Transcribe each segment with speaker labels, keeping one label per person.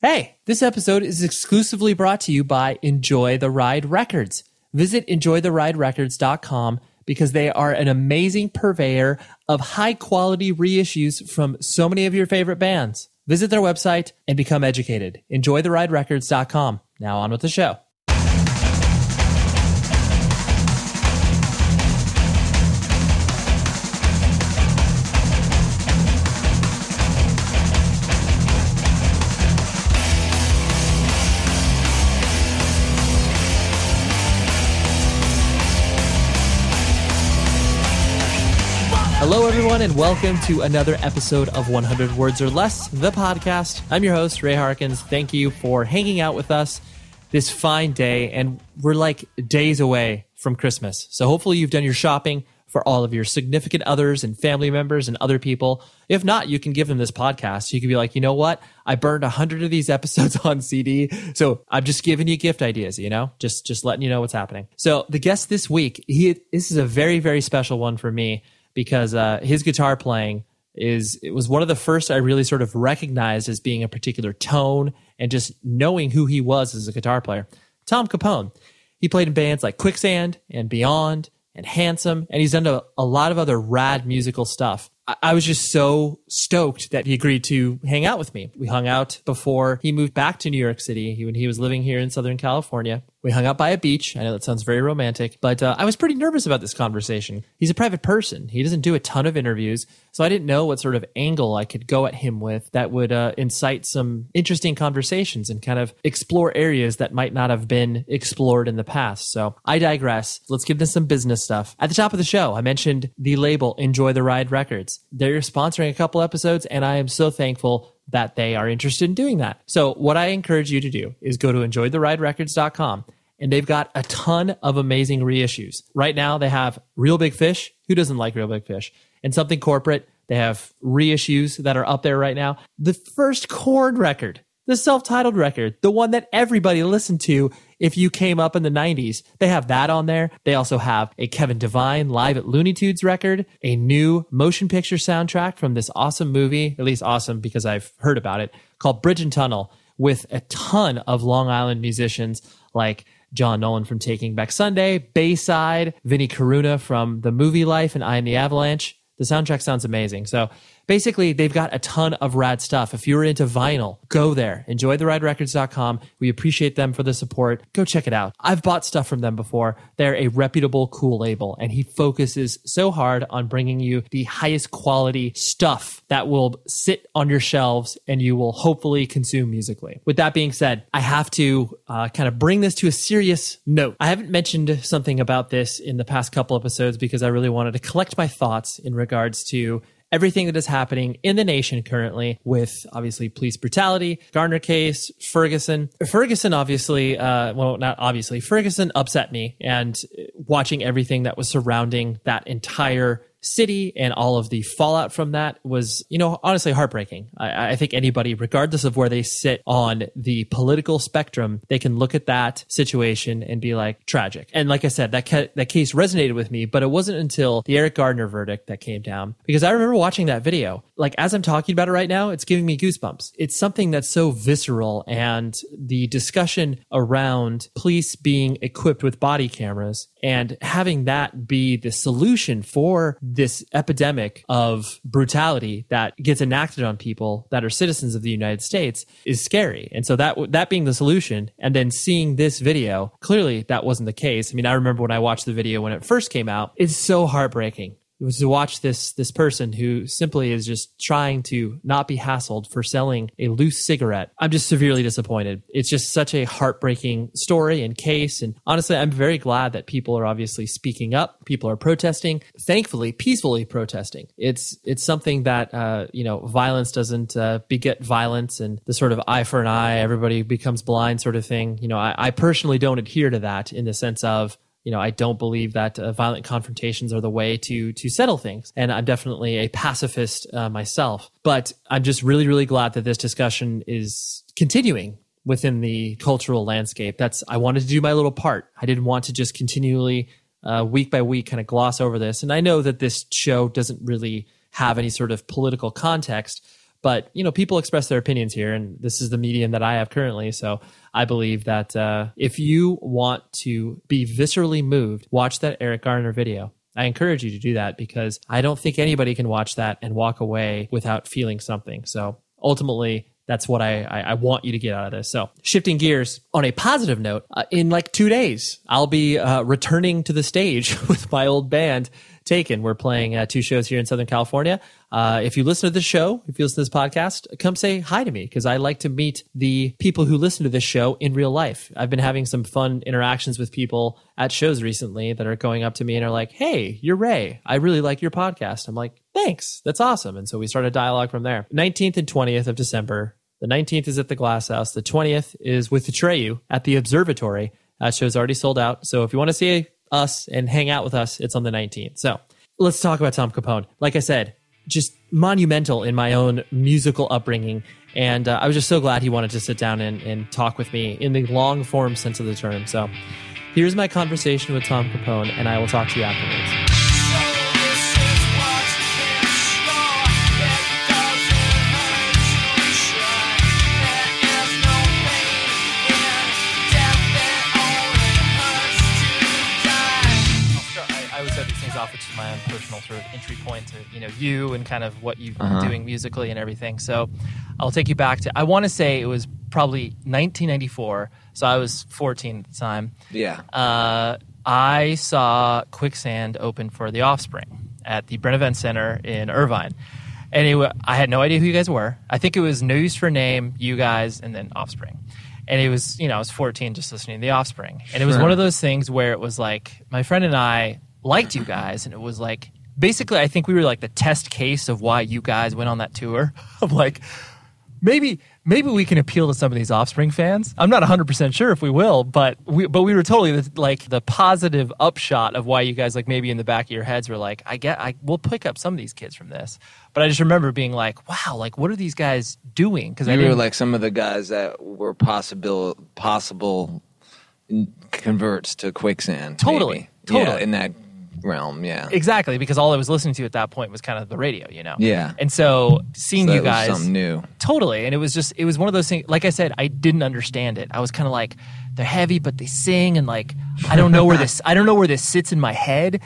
Speaker 1: Hey, this episode is exclusively brought to you by Enjoy the Ride Records. Visit enjoytheriderecords.com because they are an amazing purveyor of high quality reissues from so many of your favorite bands. Visit their website and become educated. Enjoytheriderecords.com. Now on with the show. Hello, everyone, and welcome to another episode of 100 Words or Less, the podcast. I'm your host, Ray Harkins. Thank you for hanging out with us this fine day, and we're like days away from Christmas. So, hopefully, you've done your shopping for all of your significant others and family members and other people. If not, you can give them this podcast. You can be like, you know what? I burned 100 of these episodes on CD. So, I'm just giving you gift ideas, you know? Just just letting you know what's happening. So, the guest this week, he this is a very very special one for me because uh, his guitar playing is it was one of the first I really sort of recognized as being a particular tone and just knowing who he was as a guitar player. Tom Capone. He played in bands like Quicksand and Beyond and Handsome, and he's done a, a lot of other rad musical stuff. I, I was just so stoked that he agreed to hang out with me. We hung out before he moved back to New York City he, when he was living here in Southern California. We hung out by a beach. I know that sounds very romantic, but uh, I was pretty nervous about this conversation. He's a private person. He doesn't do a ton of interviews, so I didn't know what sort of angle I could go at him with that would uh, incite some interesting conversations and kind of explore areas that might not have been explored in the past. So I digress. Let's get into some business stuff. At the top of the show, I mentioned the label Enjoy the Ride Records. They're sponsoring a couple episodes, and I am so thankful that they are interested in doing that. So, what I encourage you to do is go to enjoytheriderecords.com and they've got a ton of amazing reissues. Right now, they have Real Big Fish. Who doesn't like Real Big Fish? And something corporate. They have reissues that are up there right now. The first corn record, the self titled record, the one that everybody listened to if you came up in the 90s. They have that on there. They also have a Kevin Devine live at Looney Tunes record, a new motion picture soundtrack from this awesome movie, at least awesome because I've heard about it, called Bridge and Tunnel, with a ton of Long Island musicians like John Nolan from Taking Back Sunday, Bayside, Vinnie Caruna from The Movie Life and I Am the Avalanche. The soundtrack sounds amazing. So basically, they've got a ton of rad stuff. If you're into vinyl, go there. EnjoyTheRideRecords.com. We appreciate them for the support. Go check it out. I've bought stuff from them before. They're a reputable, cool label, and he focuses so hard on bringing you the highest quality stuff that will sit on your shelves and you will hopefully consume musically. With that being said, I have to uh, kind of bring this to a serious note. I haven't mentioned something about this in the past couple episodes because I really wanted to collect my thoughts in regards to everything that is happening in the nation currently with obviously police brutality, Garner case, Ferguson. Ferguson obviously, uh, well, not obviously, Ferguson upset me and watching everything that was surrounding that entire city and all of the fallout from that was, you know, honestly heartbreaking. I, I think anybody, regardless of where they sit on the political spectrum, they can look at that situation and be like tragic. And like I said, that ca- that case resonated with me, but it wasn't until the Eric Gardner verdict that came down because I remember watching that video. Like as I'm talking about it right now, it's giving me goosebumps. It's something that's so visceral, and the discussion around police being equipped with body cameras and having that be the solution for this epidemic of brutality that gets enacted on people that are citizens of the United States is scary. And so that that being the solution, and then seeing this video, clearly that wasn't the case. I mean, I remember when I watched the video when it first came out. It's so heartbreaking was to watch this this person who simply is just trying to not be hassled for selling a loose cigarette. I'm just severely disappointed. It's just such a heartbreaking story and case. And honestly, I'm very glad that people are obviously speaking up. People are protesting, thankfully, peacefully protesting. It's it's something that uh, you know violence doesn't uh, beget violence, and the sort of eye for an eye, everybody becomes blind sort of thing. You know, I, I personally don't adhere to that in the sense of you know, I don't believe that uh, violent confrontations are the way to to settle things, and I'm definitely a pacifist uh, myself. But I'm just really, really glad that this discussion is continuing within the cultural landscape. That's I wanted to do my little part. I didn't want to just continually uh, week by week kind of gloss over this. And I know that this show doesn't really have any sort of political context, But you know, people express their opinions here, and this is the medium that I have currently. So I believe that uh, if you want to be viscerally moved, watch that Eric Garner video. I encourage you to do that because I don't think anybody can watch that and walk away without feeling something. So ultimately, that's what I, I, I want you to get out of this. So, shifting gears on a positive note, uh, in like two days, I'll be uh, returning to the stage with my old band, Taken. We're playing uh, two shows here in Southern California. Uh, if you listen to this show, if you listen to this podcast, come say hi to me because I like to meet the people who listen to this show in real life. I've been having some fun interactions with people at shows recently that are going up to me and are like, hey, you're Ray. I really like your podcast. I'm like, thanks. That's awesome. And so we start a dialogue from there. 19th and 20th of December. The 19th is at the Glass House. The 20th is with Atreyu at the Observatory. That show's already sold out. So if you want to see us and hang out with us, it's on the 19th. So let's talk about Tom Capone. Like I said, just monumental in my own musical upbringing. And uh, I was just so glad he wanted to sit down and, and talk with me in the long form sense of the term. So here's my conversation with Tom Capone, and I will talk to you afterwards. I'll start, Oh, I, I always set these things off, which is my own personal sort of entry point to you know you and kind of what you've been doing musically and everything. So I'll take you back to I want to say it was probably 1994, so I was 14 at the time.
Speaker 2: Yeah.
Speaker 1: Uh, I saw Quicksand open for The Offspring at the Brent Event Center in Irvine. And it wa- I had no idea who you guys were. I think it was No Use for Name, you guys, and then Offspring. And it was, you know, I was 14 just listening to The Offspring. And it was one of those things where it was like, my friend and I liked you guys, and it was like, basically, I think we were like the test case of why you guys went on that tour. I'm like, maybe maybe we can appeal to some of these offspring fans i'm not 100% sure if we will but we but we were totally the, like the positive upshot of why you guys like maybe in the back of your heads were like i get i will pick up some of these kids from this but i just remember being like wow like what are these guys doing because i
Speaker 2: You were
Speaker 1: didn't
Speaker 2: like some of the guys that were possible possible n- converts to quicksand.
Speaker 1: Totally.
Speaker 2: maybe.
Speaker 1: Totally.
Speaker 2: Yeah, in that realm. Yeah.
Speaker 1: exactly because all i was listening to at that point was kind of the radio you know
Speaker 2: Yeah.
Speaker 1: and so seeing
Speaker 2: So
Speaker 1: you
Speaker 2: that was
Speaker 1: guys
Speaker 2: something new.
Speaker 1: Totally. And it was just, it was one of those things. Like I said, I didn't understand it. I was kind of like, they're heavy, but they sing. And like, I don't know where this, I don't know where this sits in my head.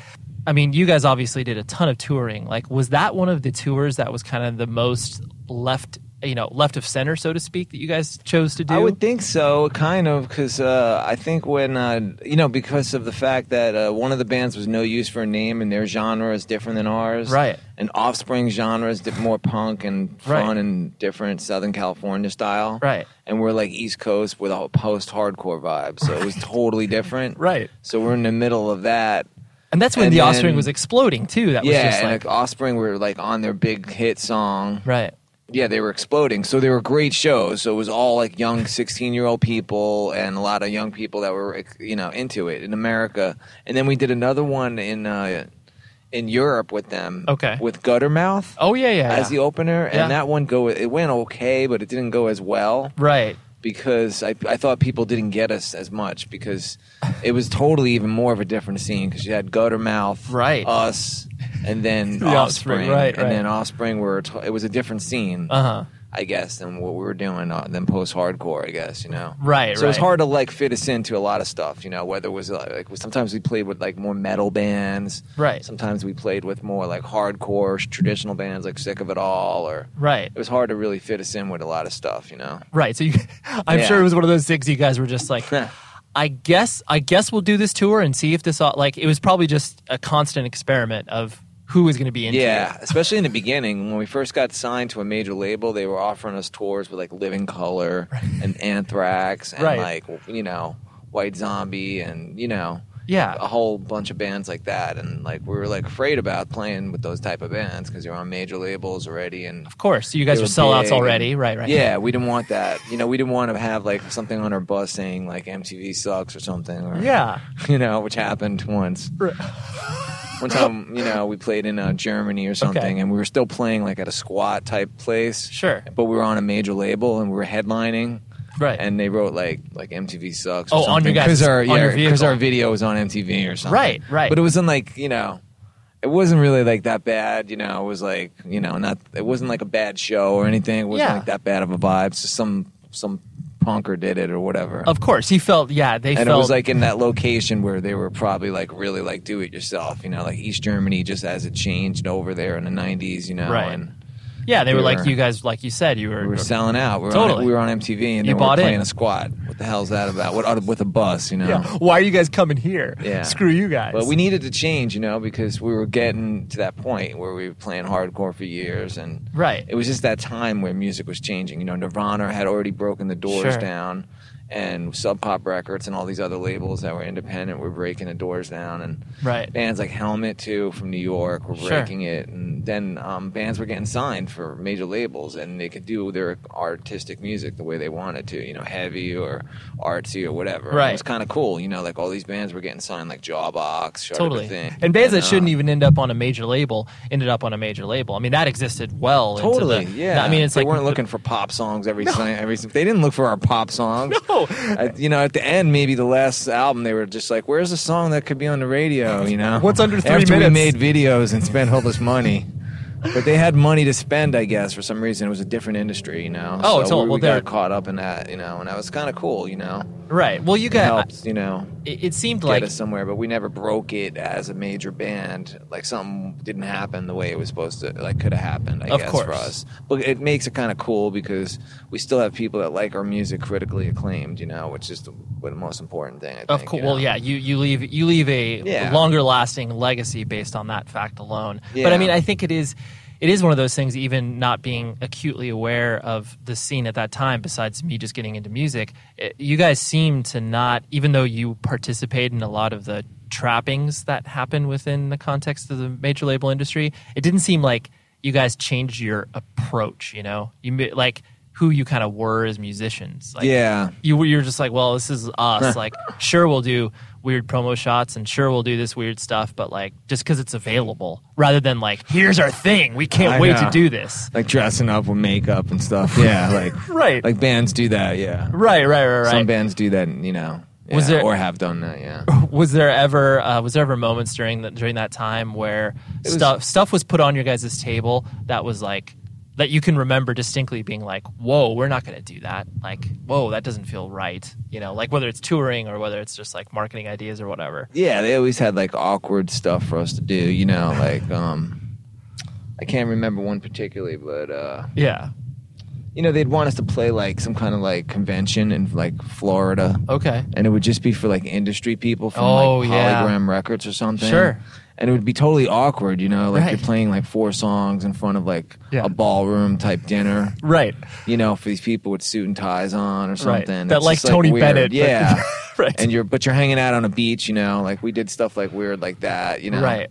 Speaker 1: I mean, you guys obviously did a ton of touring. Like, was that one of the tours that was kind of the most left, you know, left of center, so to speak, that you guys chose to do?
Speaker 2: I would think so, kind of, because uh, I think when uh, you know, because of the fact that uh, one of the bands was no use for a name, and their genre is different than ours,
Speaker 1: Right.
Speaker 2: And Offspring genre is di- more punk and
Speaker 1: Right.
Speaker 2: fun and different Southern California style,
Speaker 1: Right.
Speaker 2: And we're like East Coast with a post-hardcore vibe, so it was totally different,
Speaker 1: Right.
Speaker 2: So we're in the middle of that,
Speaker 1: and that's when
Speaker 2: and
Speaker 1: the
Speaker 2: then-
Speaker 1: offspring was exploding too. That was
Speaker 2: yeah.
Speaker 1: just
Speaker 2: and
Speaker 1: like,
Speaker 2: like Offspring were like on their big hit song,
Speaker 1: right.
Speaker 2: yeah, they were exploding. So they were great shows. So it was all like young 16 year old people and a lot of young people that were, you know, into it in America. And then we did another one in, uh, in Europe with them.
Speaker 1: Okay.
Speaker 2: With Guttermouth
Speaker 1: Oh, yeah, yeah.
Speaker 2: as
Speaker 1: yeah.
Speaker 2: the opener.
Speaker 1: Yeah.
Speaker 2: And that one go, it went okay, but it didn't go as well
Speaker 1: right.
Speaker 2: because I, I thought people didn't get us as much because it was totally even more of a different scene because you had Guttermouth,
Speaker 1: Right.
Speaker 2: us, and then
Speaker 1: The Offspring,
Speaker 2: Offspring,
Speaker 1: right,
Speaker 2: and
Speaker 1: right.
Speaker 2: then Offspring were a to- it was a different scene,
Speaker 1: Uh-huh.
Speaker 2: I guess, than what we were doing uh, than post hardcore, I guess you know,
Speaker 1: Right,
Speaker 2: So it was
Speaker 1: right.
Speaker 2: hard to like fit us into a lot of stuff, you know, whether it was uh, like sometimes we played with like more metal bands,
Speaker 1: Right.
Speaker 2: Sometimes we played with more like hardcore traditional bands like Sick of It All, or
Speaker 1: Right.
Speaker 2: it was hard to really fit us in with a lot of stuff, you know.
Speaker 1: Right. So you, I'm
Speaker 2: Yeah.
Speaker 1: sure it was one of those things you guys were just like, I guess, I guess we'll do this tour and see if this, all, like, it was probably just a constant experiment of who was going to be into
Speaker 2: Yeah, especially in the beginning when we first got signed to a major label, they were offering us tours with like Living Color and Anthrax and
Speaker 1: Right.
Speaker 2: like you know White Zombie and you know
Speaker 1: Yeah.
Speaker 2: a whole bunch of bands like that. And like we were like afraid about playing with those type of bands because you're on major labels already and
Speaker 1: Of course. So you guys
Speaker 2: they
Speaker 1: were
Speaker 2: were
Speaker 1: sellouts
Speaker 2: big
Speaker 1: already.
Speaker 2: and-
Speaker 1: Right, right.
Speaker 2: Yeah, we didn't want that. You know, we didn't want to have like something on our bus saying like MTV sucks or something. Or,
Speaker 1: Yeah.
Speaker 2: you know, which happened once. One time, you know, we played in uh, Germany or something, and we were still playing like at a squat type place.
Speaker 1: Sure.
Speaker 2: but we were on a major label and we were headlining.
Speaker 1: Right.
Speaker 2: And they wrote like like MTV sucks.
Speaker 1: Oh,
Speaker 2: Or
Speaker 1: on your
Speaker 2: something,
Speaker 1: guys-
Speaker 2: our
Speaker 1: on your
Speaker 2: because
Speaker 1: vehicle.
Speaker 2: our video was on MTV or something.
Speaker 1: Right, right.
Speaker 2: But it was in like you know, it wasn't really like that bad, you know. It was like you know, not it wasn't like a bad show or anything. It wasn't
Speaker 1: Yeah.
Speaker 2: like that bad of a vibe. It's just some some punker did it or whatever.
Speaker 1: Of course, he felt. Yeah, they
Speaker 2: and
Speaker 1: felt
Speaker 2: it was like in that location where they were probably like really like do it yourself, you know, like East Germany just as it changed over there in the '90s, you know.
Speaker 1: Right.
Speaker 2: And
Speaker 1: Yeah, they
Speaker 2: we
Speaker 1: were like
Speaker 2: were-
Speaker 1: you guys, like you said, you were.
Speaker 2: we were selling out. We were
Speaker 1: Totally.
Speaker 2: on, we were on MTV, and
Speaker 1: You
Speaker 2: then we
Speaker 1: bought
Speaker 2: were
Speaker 1: in.
Speaker 2: playing a squad. What the hell's that about? What with a bus, you know?
Speaker 1: yeah. Why are you guys coming here?
Speaker 2: Yeah.
Speaker 1: Screw you guys.
Speaker 2: But we needed to change, you know, because we were getting to that point where we were playing hardcore for years, and
Speaker 1: Right.
Speaker 2: it was just that time where music was changing. You know, Nirvana had already broken the doors
Speaker 1: Sure.
Speaker 2: down, and Sub Pop Records and all these other labels that were independent were breaking the doors down, and
Speaker 1: Right.
Speaker 2: bands like Helmet too from New York were
Speaker 1: Sure.
Speaker 2: breaking it, and then um, bands were getting signed for major labels, and they could do their artistic music the way they wanted to, you know, heavy or artsy or whatever. And
Speaker 1: Right.
Speaker 2: It was kind of cool, you know, like all these bands were getting signed, like Jawbox, Shudder to
Speaker 1: totally.
Speaker 2: Think,
Speaker 1: And bands that
Speaker 2: uh,
Speaker 1: shouldn't even end up on a major label ended up on a major label. I mean, that existed well. into
Speaker 2: Totally,
Speaker 1: the-
Speaker 2: yeah.
Speaker 1: I mean, it's
Speaker 2: they
Speaker 1: like
Speaker 2: weren't looking for pop songs every si- every. They didn't look for our pop songs.
Speaker 1: No.
Speaker 2: At- you know, at the end, maybe the last album, they were just like, "Where's a song that could be on the radio?" You know,
Speaker 1: What's under three
Speaker 2: After
Speaker 1: minutes?
Speaker 2: we made videos and spent all this money, but they had money to spend, I guess, for some reason. It was a different industry, you know.
Speaker 1: Oh,
Speaker 2: so
Speaker 1: totally.
Speaker 2: we, we
Speaker 1: Well, they're-
Speaker 2: got caught up in that, you know, and that was kind of cool, you know.
Speaker 1: right. Well, you
Speaker 2: It
Speaker 1: guys,
Speaker 2: helped, you know,
Speaker 1: it, it seemed
Speaker 2: get
Speaker 1: like
Speaker 2: us somewhere, but we never broke it as a major band. Like something didn't happen the way it was supposed to, like could have happened. I
Speaker 1: Of
Speaker 2: guess for
Speaker 1: course.
Speaker 2: us, but it makes it kind of cool because we still have people that like our music critically acclaimed. You know, which is the, what the most important thing. I
Speaker 1: Of
Speaker 2: think,
Speaker 1: course,
Speaker 2: you
Speaker 1: well,
Speaker 2: know?
Speaker 1: yeah. You you leave you leave a
Speaker 2: Yeah.
Speaker 1: longer lasting legacy based on that fact alone. But I
Speaker 2: Yeah.
Speaker 1: mean, I think it is it is one of those things. Even not being acutely aware of the scene at that time, besides me just getting into music, it, you guys seem to not. Even though you participate in a lot of the trappings that happen within the context of the major label industry, it didn't seem like you guys changed your approach. You know, you mi- like who you kind of were as musicians. Like,
Speaker 2: yeah.
Speaker 1: you were- you're just like, well, this is us. like, sure, we'll do weird promo shots and sure we'll do this weird stuff, but like just because it's available, rather than like, here's our thing. We can't
Speaker 2: I
Speaker 1: wait to
Speaker 2: know.
Speaker 1: do this.
Speaker 2: Like dressing up with makeup and stuff. Yeah, like
Speaker 1: Right.
Speaker 2: Like bands do that. Yeah,
Speaker 1: Right, right, right, right.
Speaker 2: some bands do that. You know,
Speaker 1: Was
Speaker 2: yeah,
Speaker 1: there-
Speaker 2: or have done that? Yeah.
Speaker 1: was there ever uh, was there ever moments during that during that time where
Speaker 2: was-
Speaker 1: stuff stuff was put on your guys' table that was like that you can remember distinctly being like, "Whoa, we're not going to do that." Like, "Whoa, that doesn't feel right." You know, like whether it's touring or whether it's just like marketing ideas or whatever.
Speaker 2: yeah, they always had like awkward stuff for us to do, you know, like um I can't remember one particularly, but uh
Speaker 1: Yeah.
Speaker 2: you know, they'd want us to play like some kind of like convention in like Florida
Speaker 1: Okay.
Speaker 2: and it would just be for like industry people from
Speaker 1: Oh,
Speaker 2: like
Speaker 1: yeah.
Speaker 2: Polygram Records or something.
Speaker 1: Sure.
Speaker 2: And it would be totally awkward, you know, like
Speaker 1: Right.
Speaker 2: you're playing like four songs in front of like
Speaker 1: Yeah.
Speaker 2: a ballroom type dinner
Speaker 1: Right.
Speaker 2: you know, for these people with suit and ties on or
Speaker 1: Right.
Speaker 2: something.
Speaker 1: That
Speaker 2: It's
Speaker 1: like
Speaker 2: just,
Speaker 1: Tony
Speaker 2: weird.
Speaker 1: Bennett, but-
Speaker 2: yeah.
Speaker 1: Right.
Speaker 2: And you're but you're hanging out on a beach, you know, like we did stuff like weird like that, you know.
Speaker 1: Right.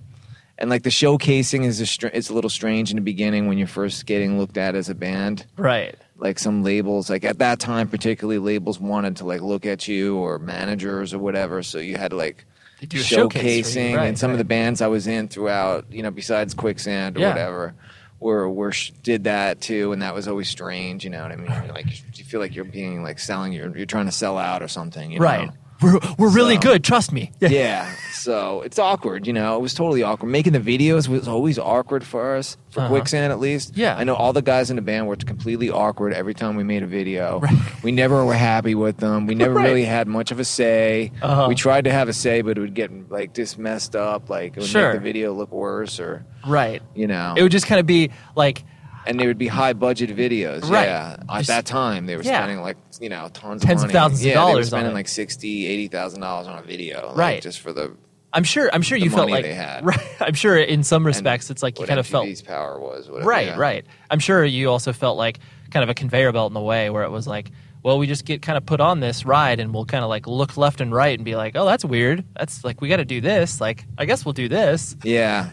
Speaker 2: And like the showcasing is a str- it's a little strange in the beginning when you're first getting looked at as a band.
Speaker 1: Right.
Speaker 2: Like some labels, like at that time particularly, labels wanted to like look at you or managers or whatever, so you had to like
Speaker 1: They do a showcase for you,
Speaker 2: showcasing
Speaker 1: right,
Speaker 2: and some
Speaker 1: right.
Speaker 2: of the bands I was in throughout, you know, besides Quicksand or
Speaker 1: Yeah.
Speaker 2: whatever, were were sh- did that too, and that was always strange. You know what I mean? You're like you feel like you're being like selling, you're you're trying to sell out or something. You
Speaker 1: Right.
Speaker 2: Know?
Speaker 1: We're, we're really
Speaker 2: So-
Speaker 1: good. Trust me.
Speaker 2: Yeah. So it's awkward, you know. It was totally awkward. Making the videos was always awkward for us, for
Speaker 1: Uh-huh.
Speaker 2: Quicksand at least.
Speaker 1: Yeah.
Speaker 2: I know all the guys in the band were completely awkward every time we made a video.
Speaker 1: Right.
Speaker 2: We never were happy with them. We never
Speaker 1: Right.
Speaker 2: really had much of a say.
Speaker 1: Uh-huh.
Speaker 2: We tried to have a say, but it would get like just messed up. Like it would
Speaker 1: Sure.
Speaker 2: make the video look worse, or
Speaker 1: Right.
Speaker 2: you know,
Speaker 1: It would just kind of be like
Speaker 2: and they would be high budget videos.
Speaker 1: Right.
Speaker 2: Yeah. At
Speaker 1: Just-
Speaker 2: that time, they were
Speaker 1: Yeah.
Speaker 2: spending like, you know, tons
Speaker 1: Tens of
Speaker 2: of money.
Speaker 1: thousands of
Speaker 2: yeah, They were
Speaker 1: dollars on
Speaker 2: spending
Speaker 1: it.
Speaker 2: like 60, $80,000 on a video. like,
Speaker 1: Right.
Speaker 2: Just for the
Speaker 1: I'm sure I'm sure
Speaker 2: The
Speaker 1: you felt
Speaker 2: money
Speaker 1: like
Speaker 2: they had.
Speaker 1: right. I'm sure in some
Speaker 2: and
Speaker 1: respects it's like you
Speaker 2: what
Speaker 1: kind of felt
Speaker 2: MTV's power was. Whatever,
Speaker 1: right
Speaker 2: yeah.
Speaker 1: right. I'm sure you also felt like kind of a conveyor belt in a way where it was like. Well, we just get kind of put on this ride, and we'll kind of like look left and right and be like, "Oh, that's weird. That's like we got to do this. Like, I guess we'll do this."
Speaker 2: Yeah.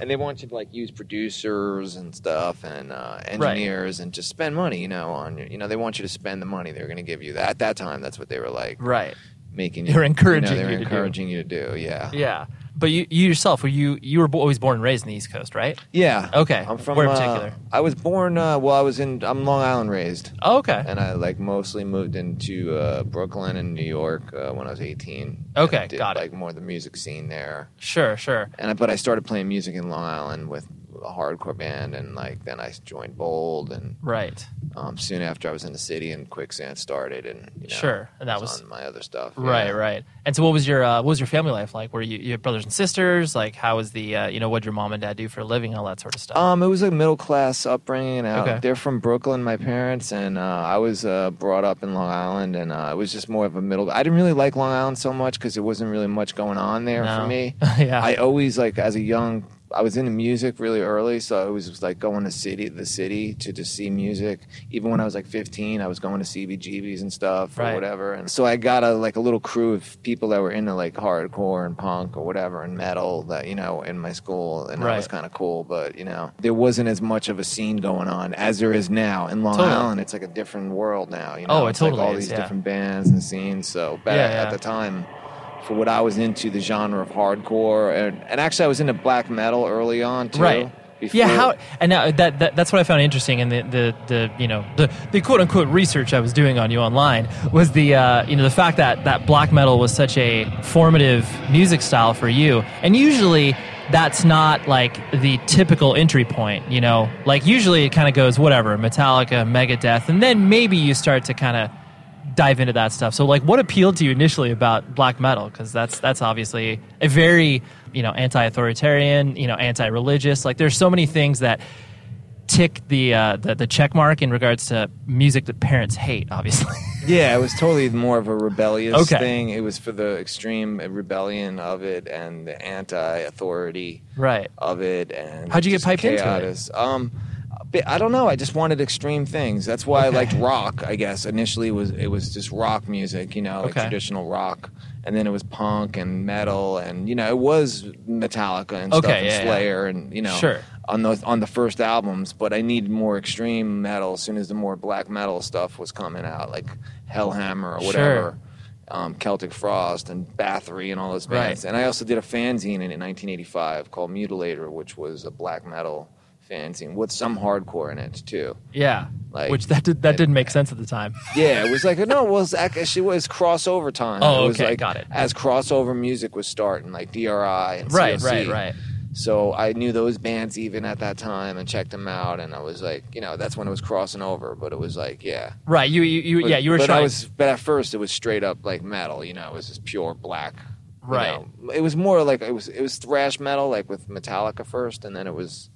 Speaker 2: and they want you to like use producers and stuff and uh, engineers and just spend money, you know, on your, you know, they want you to spend the money they're going to give you. At that time, that's what they were like
Speaker 1: Right.
Speaker 2: making
Speaker 1: They're encouraging
Speaker 2: you know,
Speaker 1: you
Speaker 2: they're
Speaker 1: to do.
Speaker 2: encouraging you to do. Yeah.
Speaker 1: Yeah. But you, you yourself, were you you were bo- always born and raised in the East Coast, right?
Speaker 2: Yeah.
Speaker 1: Okay.
Speaker 2: I'm from
Speaker 1: Where in
Speaker 2: uh,
Speaker 1: particular?
Speaker 2: I was born. Uh, well, I was in. I'm Long Island raised,
Speaker 1: Oh, okay.
Speaker 2: and I like mostly moved into uh, Brooklyn and New York uh, when I was 18.
Speaker 1: Okay,
Speaker 2: And did,
Speaker 1: got it.
Speaker 2: Like more of the music scene there,
Speaker 1: Sure, sure.
Speaker 2: and I, but I started playing music in Long Island with a hardcore band, and like then I joined Bold, and
Speaker 1: Right.
Speaker 2: um, soon after I was in the city, and Quicksand started, and you know,
Speaker 1: Sure, and that
Speaker 2: I
Speaker 1: was-
Speaker 2: on my other stuff.
Speaker 1: Right,
Speaker 2: yeah.
Speaker 1: right. And so, what was your uh, what was your family life like? Were you, you had brothers and sisters? Like, how was the uh, you know what your mom and dad do for a living, all that sort of stuff?
Speaker 2: Um, it was a middle class upbringing. Uh,
Speaker 1: Okay.
Speaker 2: They're from Brooklyn, my parents, and uh, I was uh, brought up in Long Island, and uh, it was just more of a middle. I didn't really like Long Island so much because there wasn't really much going on there
Speaker 1: No.
Speaker 2: for me.
Speaker 1: yeah,
Speaker 2: I always like as a young, I was into music really early, so I always was like going to city, the city to just see music. Even when I was like 15, I was going to CBGBs and stuff
Speaker 1: Right.
Speaker 2: or whatever. And so I got a like a little crew of people that were into like hardcore and punk or whatever and metal that you know in my school, and that was
Speaker 1: Right.
Speaker 2: kind of cool. But you know, there wasn't as much of a scene going on as there is now in Long
Speaker 1: Totally.
Speaker 2: Island. It's like a different world now. You
Speaker 1: Oh,
Speaker 2: know,
Speaker 1: it
Speaker 2: it's like
Speaker 1: totally
Speaker 2: all
Speaker 1: is,
Speaker 2: these
Speaker 1: yeah.
Speaker 2: different bands and scenes. So back
Speaker 1: Yeah,
Speaker 2: at
Speaker 1: yeah.
Speaker 2: the time for what I was into the genre of hardcore and, and actually I was into black metal early on too.
Speaker 1: right.
Speaker 2: before-
Speaker 1: Yeah, how and now that, that that's what I found interesting in the, the, the you know the, the quote unquote research I was doing on you online was the uh, you know the fact that that black metal was such a formative music style for you and usually that's not like the typical entry point you know like usually it kind of goes whatever Metallica Megadeth and then maybe you start to kind of dive into that stuff. So, like, what appealed to you initially about black metal? Because that's that's obviously a very you know anti-authoritarian, you know, anti-religious. Like, there's so many things that tick the uh, the, the check mark in regards to music that parents hate. Obviously,
Speaker 2: Yeah, it was totally more of a rebellious
Speaker 1: Okay.
Speaker 2: thing. It was for the extreme rebellion of it and the anti-authority
Speaker 1: right?
Speaker 2: of it. And
Speaker 1: How'd you get
Speaker 2: just
Speaker 1: piped into it?
Speaker 2: chaos. Um, but I don't know. I just wanted extreme things. That's why
Speaker 1: Okay.
Speaker 2: I liked rock. I guess initially it was it was just rock music, you know, like
Speaker 1: Okay.
Speaker 2: traditional rock, and then it was punk and metal, and you know, it was Metallica and stuff,
Speaker 1: Okay,
Speaker 2: and
Speaker 1: yeah, yeah.
Speaker 2: Slayer, and you know,
Speaker 1: Sure.
Speaker 2: on those on the first albums. But I needed more extreme metal as soon as the more black metal stuff was coming out, like Hellhammer or whatever.
Speaker 1: Sure.
Speaker 2: Um, Celtic Frost and Bathory and all those bands.
Speaker 1: Right.
Speaker 2: And I also did a fanzine in 1985 called Mutilator, which was a black metal fanzine with some hardcore in it too.
Speaker 1: Yeah.
Speaker 2: Like-
Speaker 1: Which that did, that didn't make sense at the time.
Speaker 2: Yeah, it was like no, it was actually it was crossover time.
Speaker 1: Oh,
Speaker 2: it was
Speaker 1: okay,
Speaker 2: like
Speaker 1: got it.
Speaker 2: As crossover music was starting, like DRI and
Speaker 1: Right,
Speaker 2: CLC.
Speaker 1: right, right.
Speaker 2: So I knew those bands even at that time and checked them out, and I was like, you know, that's when it was crossing over. But it was like, yeah,
Speaker 1: Right. You you, you
Speaker 2: But-
Speaker 1: yeah. You were
Speaker 2: but I
Speaker 1: trying.
Speaker 2: was, but at first it was straight up like metal. You know, it was just pure black. you
Speaker 1: Right.
Speaker 2: know. It was more like it was it was thrash metal, like with Metallica first, and then it was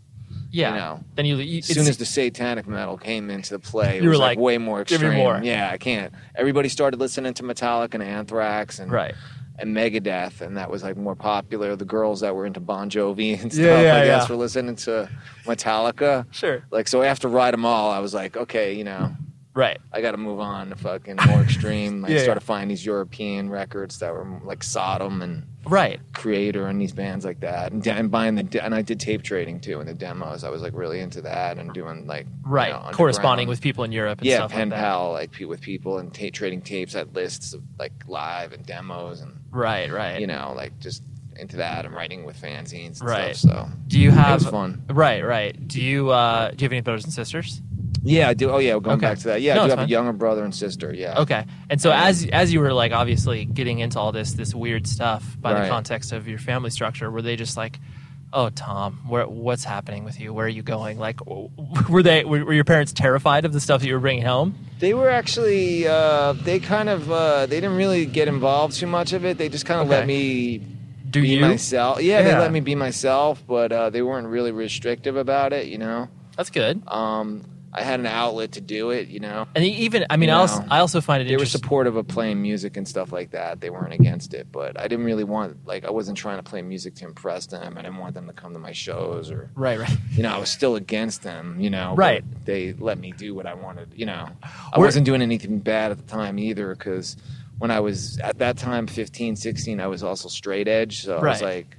Speaker 1: yeah.
Speaker 2: you know,
Speaker 1: then you. you
Speaker 2: as soon
Speaker 1: it's-
Speaker 2: as the satanic metal came into play, it
Speaker 1: You were
Speaker 2: was like,
Speaker 1: like,
Speaker 2: way more
Speaker 1: "Give
Speaker 2: extreme.
Speaker 1: me more."
Speaker 2: Yeah, I can't. Everybody started listening to Metallica and Anthrax and
Speaker 1: right.
Speaker 2: and Megadeth, and that was like more popular. The girls that were into Bon Jovi and stuff,
Speaker 1: Yeah, yeah,
Speaker 2: I
Speaker 1: yeah.
Speaker 2: guess, were listening to Metallica.
Speaker 1: Sure.
Speaker 2: Like so, after Ride 'Em All, I was like, okay, you know,
Speaker 1: Right.
Speaker 2: I got to move on to fucking more extreme. I
Speaker 1: Yeah, yeah.
Speaker 2: started finding these European records that were like Sodom and
Speaker 1: Right.
Speaker 2: creator and these bands like that and, and buying the de- and I did tape trading too in the demos I was like really into that and doing like you
Speaker 1: Right.
Speaker 2: know,
Speaker 1: Corresponding
Speaker 2: underground-
Speaker 1: with people in Europe and
Speaker 2: yeah
Speaker 1: stuff
Speaker 2: pen
Speaker 1: like that.
Speaker 2: pal like pe- with people and ta- trading tapes at lists of like live and demos and
Speaker 1: Right. Right.
Speaker 2: you know like just into that and writing with fanzines and
Speaker 1: Right.
Speaker 2: stuff so
Speaker 1: Do you have
Speaker 2: was fun.
Speaker 1: Right, right. Do you uh, do you have any brothers and sisters?
Speaker 2: yeah I do oh yeah going
Speaker 1: Okay.
Speaker 2: back to that yeah
Speaker 1: No,
Speaker 2: I do
Speaker 1: it's
Speaker 2: have
Speaker 1: fine.
Speaker 2: a younger brother and sister yeah
Speaker 1: Okay. And so
Speaker 2: Yeah.
Speaker 1: as as you were like obviously getting into all this this weird stuff by the
Speaker 2: Right.
Speaker 1: context of your family structure, were they just like, "Oh, Tom, where what's happening with you? Where are you going?" Like w- were they were, were your parents terrified of the stuff that you were bringing home?
Speaker 2: They were actually uh, they kind of uh, they didn't really get involved too much of it. They just kind of
Speaker 1: Okay.
Speaker 2: let me
Speaker 1: Do
Speaker 2: be
Speaker 1: you?
Speaker 2: myself. Yeah, they
Speaker 1: Yeah.
Speaker 2: let me be myself, but uh, they weren't really restrictive about it. You know,
Speaker 1: That's good.
Speaker 2: um, I had an outlet to do it. You know,
Speaker 1: And e-, even I mean, I
Speaker 2: No.
Speaker 1: also I also find it
Speaker 2: they were
Speaker 1: interesting.
Speaker 2: supportive of playing music and stuff like that. They weren't against it, but I didn't really want like I wasn't trying to play music to impress them. I didn't want them to come to my shows or
Speaker 1: right, right.
Speaker 2: you know I was still against them. You know, but
Speaker 1: Right.
Speaker 2: They let me do what I wanted. You know, I
Speaker 1: Where-
Speaker 2: wasn't doing anything bad at the time either because when I was at that time 15, 16, I was also straight edge, so I was
Speaker 1: Right.
Speaker 2: like.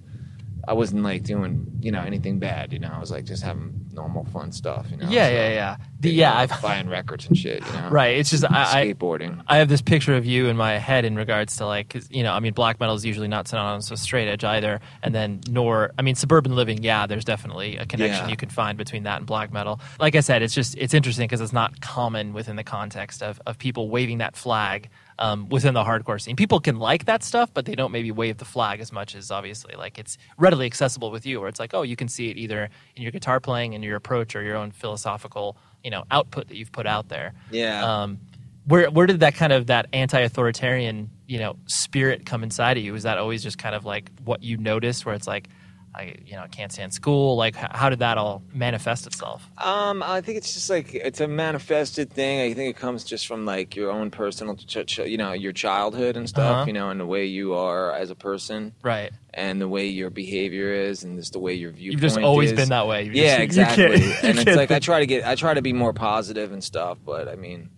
Speaker 2: I wasn't like doing, you know, anything bad, you know. I was like just having normal fun stuff. You know?
Speaker 1: yeah,
Speaker 2: So,
Speaker 1: yeah, yeah. The,
Speaker 2: you
Speaker 1: yeah,
Speaker 2: know,
Speaker 1: I've
Speaker 2: buying records and shit. You know?
Speaker 1: right. It's just I, I
Speaker 2: skateboarding.
Speaker 1: I have this picture of you in my head in regards to like, 'cause, you know, I mean, black metal is usually not synonymous with straight edge either, and then nor, I mean, suburban living. Yeah, there's definitely a connection
Speaker 2: Yeah.
Speaker 1: you can find between that and black metal. Like I said, it's just it's interesting because it's not common within the context of of people waving that flag um, within the hardcore scene. People can like that stuff, but they don't maybe wave the flag as much as obviously like it's readily accessible with you, where it's like, oh, you can see it either in your guitar playing, in your approach, or your own philosophical you know output that you've put out there
Speaker 2: Yeah.
Speaker 1: um, where where did that kind of that anti-authoritarian you know spirit come inside of you? Was that always just kind of like what you noticed, where it's like, I you know I can't stand school? Like h- how did that all manifest itself?
Speaker 2: Um, I think it's just like it's a manifested thing. I think it comes just from like your own personal, ch- ch- you know, your childhood and stuff,
Speaker 1: Uh-huh.
Speaker 2: you know, and the way you are as a person,
Speaker 1: Right,
Speaker 2: and the way your behavior is, and just the way your view.
Speaker 1: you've just always been that way. You've
Speaker 2: Yeah,
Speaker 1: just- you can't-
Speaker 2: exactly.
Speaker 1: you
Speaker 2: and it's
Speaker 1: can't
Speaker 2: like I
Speaker 1: think-
Speaker 2: try to get, I try to be more positive and stuff, but I mean,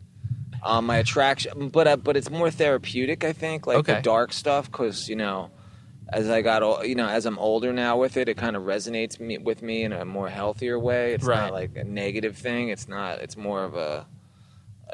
Speaker 2: um, my attraction, but uh, but it's more therapeutic, I think, like
Speaker 1: Okay.
Speaker 2: the dark stuff, because you know, as I got, ol- you know, as I'm older now with it, it kind of resonates me, with me in a more healthier way. It's
Speaker 1: Right.
Speaker 2: not like a negative thing. It's not. It's more of a,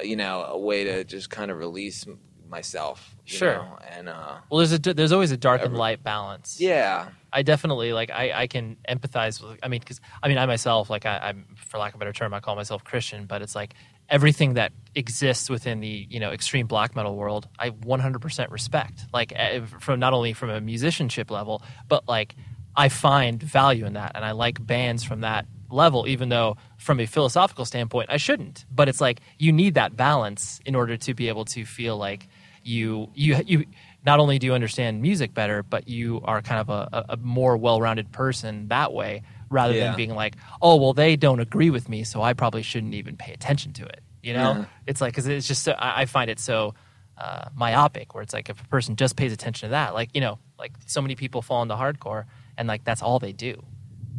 Speaker 2: you know, a way to just kind of release m- myself. you
Speaker 1: Sure.
Speaker 2: know? And uh,
Speaker 1: well, there's a d- there's always a dark and
Speaker 2: Every-
Speaker 1: light balance.
Speaker 2: yeah,
Speaker 1: I definitely like I, I can empathize with I mean because I mean I myself like I, I'm for lack of a better term I call myself Christian but it's like everything that exists within the you know extreme black metal world I 100% respect like eh, from not only from a musicianship level but like I find value in that and I like bands from that level even though from a philosophical standpoint I shouldn't but it's like you need that balance in order to be able to feel like you you you not only do you understand music better, but you are kind of a, a, a more well-rounded person that way, rather
Speaker 2: Yeah.
Speaker 1: than being like, oh well, they don't agree with me, so I probably shouldn't even pay attention to it. You know,
Speaker 2: Yeah.
Speaker 1: it's like because it's just so, I, I find it so uh, myopic, where it's like if a person just pays attention to that, like you know, like so many people fall into hardcore and like that's all they do,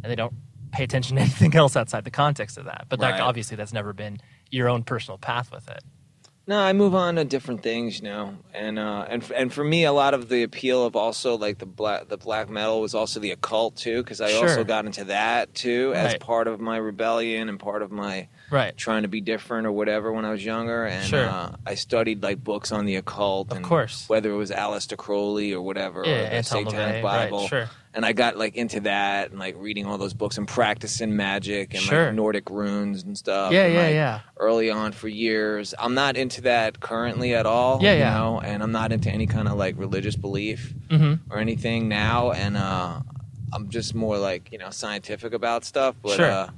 Speaker 1: and they don't pay attention to anything else outside the context of that. But like
Speaker 2: Right.
Speaker 1: obviously, that's never been your own personal path with it.
Speaker 2: No, I move on to different things, you know, and uh, and f- and for me, a lot of the appeal of also like the black the black metal was also the occult too, because I
Speaker 1: Sure.
Speaker 2: also got into that too as
Speaker 1: Right.
Speaker 2: part of my rebellion and part of my
Speaker 1: Right.
Speaker 2: trying to be different or whatever when I was younger. And
Speaker 1: Sure.
Speaker 2: uh, I studied like books on the occult,
Speaker 1: Of
Speaker 2: and
Speaker 1: course.
Speaker 2: whether it was Aleister Crowley or whatever,
Speaker 1: Yeah,
Speaker 2: or the
Speaker 1: Anton
Speaker 2: Satanic
Speaker 1: LaVey, right,
Speaker 2: Bible,
Speaker 1: sure.
Speaker 2: and I got like into that and like reading all those books and practicing magic and
Speaker 1: Sure.
Speaker 2: like Nordic runes and stuff.
Speaker 1: Yeah,
Speaker 2: and,
Speaker 1: yeah,
Speaker 2: like,
Speaker 1: yeah.
Speaker 2: Early on for years, I'm not into that currently at all.
Speaker 1: Yeah,
Speaker 2: you
Speaker 1: yeah.
Speaker 2: Know? And I'm not into any kind of like religious belief
Speaker 1: Mhm.
Speaker 2: or anything now. And uh, I'm just more like you know scientific about stuff. But
Speaker 1: Sure.
Speaker 2: uh,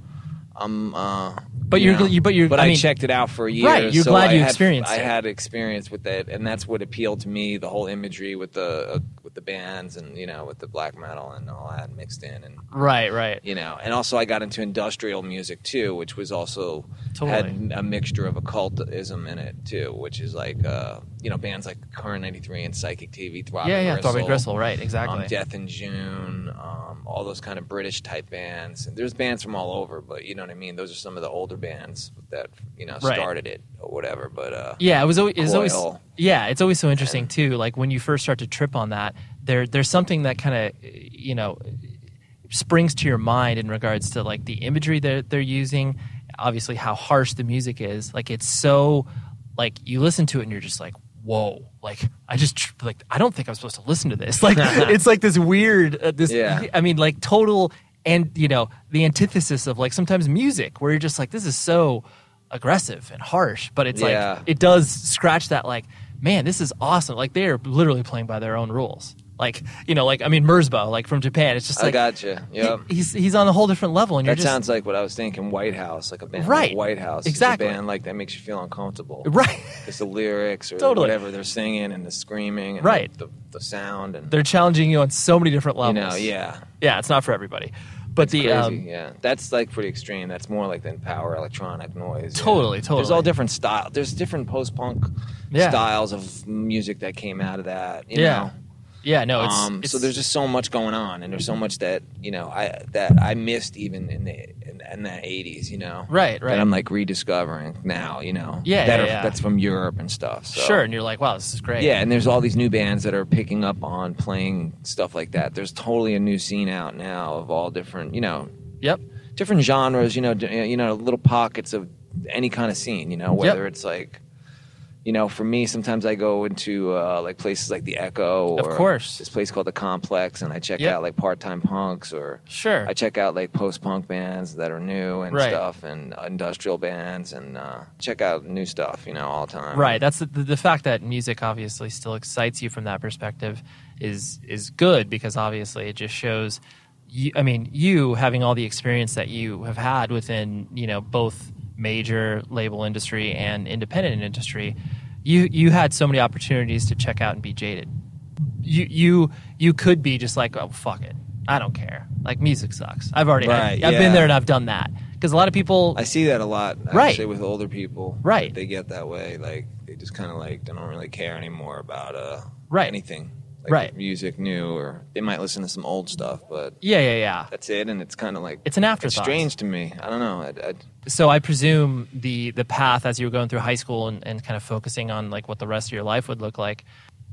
Speaker 2: I'm. Uh,
Speaker 1: But you're gl- you- but you're-
Speaker 2: But
Speaker 1: I
Speaker 2: I,
Speaker 1: mean-
Speaker 2: checked it out for years.
Speaker 1: Right, you're
Speaker 2: so
Speaker 1: glad
Speaker 2: I
Speaker 1: you
Speaker 2: had-
Speaker 1: experienced
Speaker 2: I
Speaker 1: it.
Speaker 2: had experience with it, and that's what appealed to me. The whole imagery with the uh, with the bands and you know with the black metal and all that mixed in, and
Speaker 1: Right, right.
Speaker 2: you know, and also I got into industrial music too, which was also
Speaker 1: Totally.
Speaker 2: had a mixture of occultism in it too, which is like uh, you know bands like Current ninety three and Psychic TV, Throbbing
Speaker 1: yeah, yeah,
Speaker 2: Gristle,
Speaker 1: Throbbing Gristle, right, exactly.
Speaker 2: um, Death in June, um, all those kind of British type bands. And there's bands from all over, but you know what I mean. Those are some of the older bands that you know
Speaker 1: Right.
Speaker 2: started it or whatever. But uh,
Speaker 1: Yeah, it was always, it's always
Speaker 2: Coil.
Speaker 1: yeah, it's always so interesting too. Like when you first start to trip on that, there there's something that kind of you know springs to your mind in regards to like the imagery that they're using. Obviously, how harsh the music is. Like it's so like you listen to it and you're just like whoa like i just tr- like i don't think i'm supposed to listen to this like it's like this weird uh, this
Speaker 2: Yeah.
Speaker 1: I mean, like total and you know the antithesis of like sometimes music, where you're just like, this is so aggressive and harsh, but it's
Speaker 2: Yeah.
Speaker 1: like it does scratch that like, man, this is awesome. Like they are literally playing by their own rules. Like you know, like I mean, Merzbow, like from Japan, it's just
Speaker 2: I
Speaker 1: like
Speaker 2: gotcha.
Speaker 1: he-
Speaker 2: Yep.
Speaker 1: he's he's on a whole different level, and you're
Speaker 2: That
Speaker 1: just
Speaker 2: sounds like what I was thinking. White House, like a band,
Speaker 1: Right.
Speaker 2: Like White House, is
Speaker 1: Exactly.
Speaker 2: a band like that makes you feel uncomfortable,
Speaker 1: right.
Speaker 2: It's the lyrics or
Speaker 1: Totally.
Speaker 2: whatever they're singing and the screaming, and
Speaker 1: Right.
Speaker 2: The, the, the sound and
Speaker 1: They're challenging you on so many different
Speaker 2: you
Speaker 1: levels.
Speaker 2: know, yeah,
Speaker 1: yeah, it's not for everybody, but the
Speaker 2: crazy,
Speaker 1: um,
Speaker 2: yeah. That's like pretty extreme. That's more like than power electronic noise. yeah.
Speaker 1: Totally,
Speaker 2: There's
Speaker 1: totally.
Speaker 2: all different style. There's different post punk
Speaker 1: Yeah.
Speaker 2: styles of music that came out of that. You
Speaker 1: yeah,
Speaker 2: know?
Speaker 1: yeah, no, it's,
Speaker 2: um,
Speaker 1: it's
Speaker 2: so there's just so much going on, and there's so much that you know I that I missed even in the in, in the '80s, you know,
Speaker 1: Right, right.
Speaker 2: That I'm like rediscovering now, you know,
Speaker 1: Yeah,
Speaker 2: that
Speaker 1: yeah,
Speaker 2: are,
Speaker 1: yeah.
Speaker 2: that's from Europe and stuff. So.
Speaker 1: sure, and you're like, wow, this is great.
Speaker 2: Yeah, and there's all these new bands that are picking up on playing stuff like that. There's totally a new scene out now of all different, you know,
Speaker 1: yep,
Speaker 2: different genres. You know, d- you know, little pockets of any kind of scene. You know, whether it's like, you know, for me, sometimes I go into uh, like places like the Echo, or
Speaker 1: Of course.
Speaker 2: this place called the Complex, and I check
Speaker 1: Yep.
Speaker 2: out like part-time punks or
Speaker 1: Sure.
Speaker 2: I check out like post-punk bands that are new and
Speaker 1: Right.
Speaker 2: stuff, and industrial bands, and uh, check out new stuff. You know, all the time.
Speaker 1: Right. That's the, the fact that music obviously still excites you from that perspective is is good because obviously it just shows. You, I mean, you having all the experience that you have had within you know both major label industry and independent industry, you you had so many opportunities to check out and be jaded. You you you could be just like, oh fuck it, I don't care. Like music sucks. I've already
Speaker 2: Right,
Speaker 1: I, have
Speaker 2: yeah.
Speaker 1: been there and I've done that because a lot of people
Speaker 2: I see that a lot,
Speaker 1: Right.
Speaker 2: actually, with older people.
Speaker 1: Right.
Speaker 2: They get that way. Like, they just kind of like, they don't really care anymore about uh,
Speaker 1: Right.
Speaker 2: anything. Like
Speaker 1: Right.
Speaker 2: Music, new, or they might listen to some old stuff, but
Speaker 1: yeah yeah yeah.
Speaker 2: that's it. And it's kind of like,
Speaker 1: It's an afterthought.
Speaker 2: strange to me. I don't know. I, I,
Speaker 1: so I presume the the path as you were going through high school and, and kind of focusing on like what the rest of your life would look like,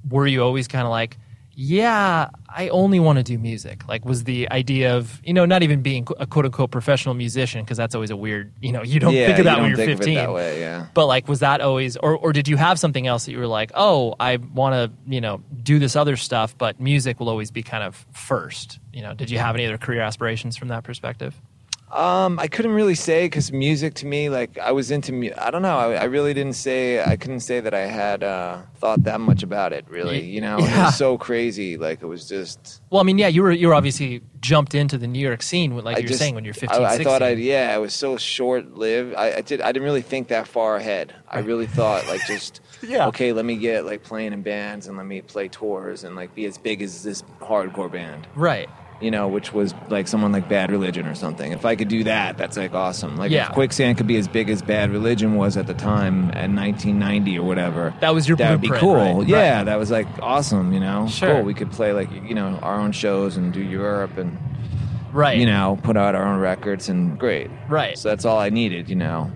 Speaker 1: were you always kind of like, yeah, I only want to do music? Like, was the idea of you know not even being a quote unquote professional musician because that's always a weird you know you don't
Speaker 2: yeah,
Speaker 1: think
Speaker 2: you
Speaker 1: of that
Speaker 2: don't
Speaker 1: when you're
Speaker 2: think of it
Speaker 1: 15.
Speaker 2: that way, yeah.
Speaker 1: But like, was that always, or or did you have something else that you were like, oh, I want to you know do this other stuff, but music will always be kind of first? You know, did you have any other career aspirations from that perspective?
Speaker 2: Um, I couldn't really say because music to me, like I was into, mu- I don't know, I, I really didn't say, I couldn't say that I had uh, thought that much about it. Really,
Speaker 1: Y-
Speaker 2: you know, it
Speaker 1: yeah.
Speaker 2: was so crazy. Like it was just,
Speaker 1: Well, I mean, yeah, you were you were obviously jumped into the New York scene, like
Speaker 2: I
Speaker 1: you were
Speaker 2: just-
Speaker 1: saying when you're 15,
Speaker 2: I, I
Speaker 1: 16.
Speaker 2: thought I yeah, I was so short lived. I, I did I didn't really think that far ahead. I really thought like just
Speaker 1: Yeah.
Speaker 2: okay, let me get like playing in bands and let me play tours and like be as big as this hardcore band,
Speaker 1: right,
Speaker 2: you know, which was like someone like Bad Religion or something. If I could do that, that's like awesome. Like
Speaker 1: Yeah.
Speaker 2: if Quicksand could be as big as Bad Religion was at the time in 1990 or whatever.
Speaker 1: That was your
Speaker 2: that would be cool.
Speaker 1: blueprint, right?
Speaker 2: Yeah, that was like awesome. You know,
Speaker 1: Sure.
Speaker 2: cool. We could play like you know our own shows and do Europe and
Speaker 1: right,
Speaker 2: you know, put out our own records and great.
Speaker 1: Right.
Speaker 2: So that's all I needed, you know.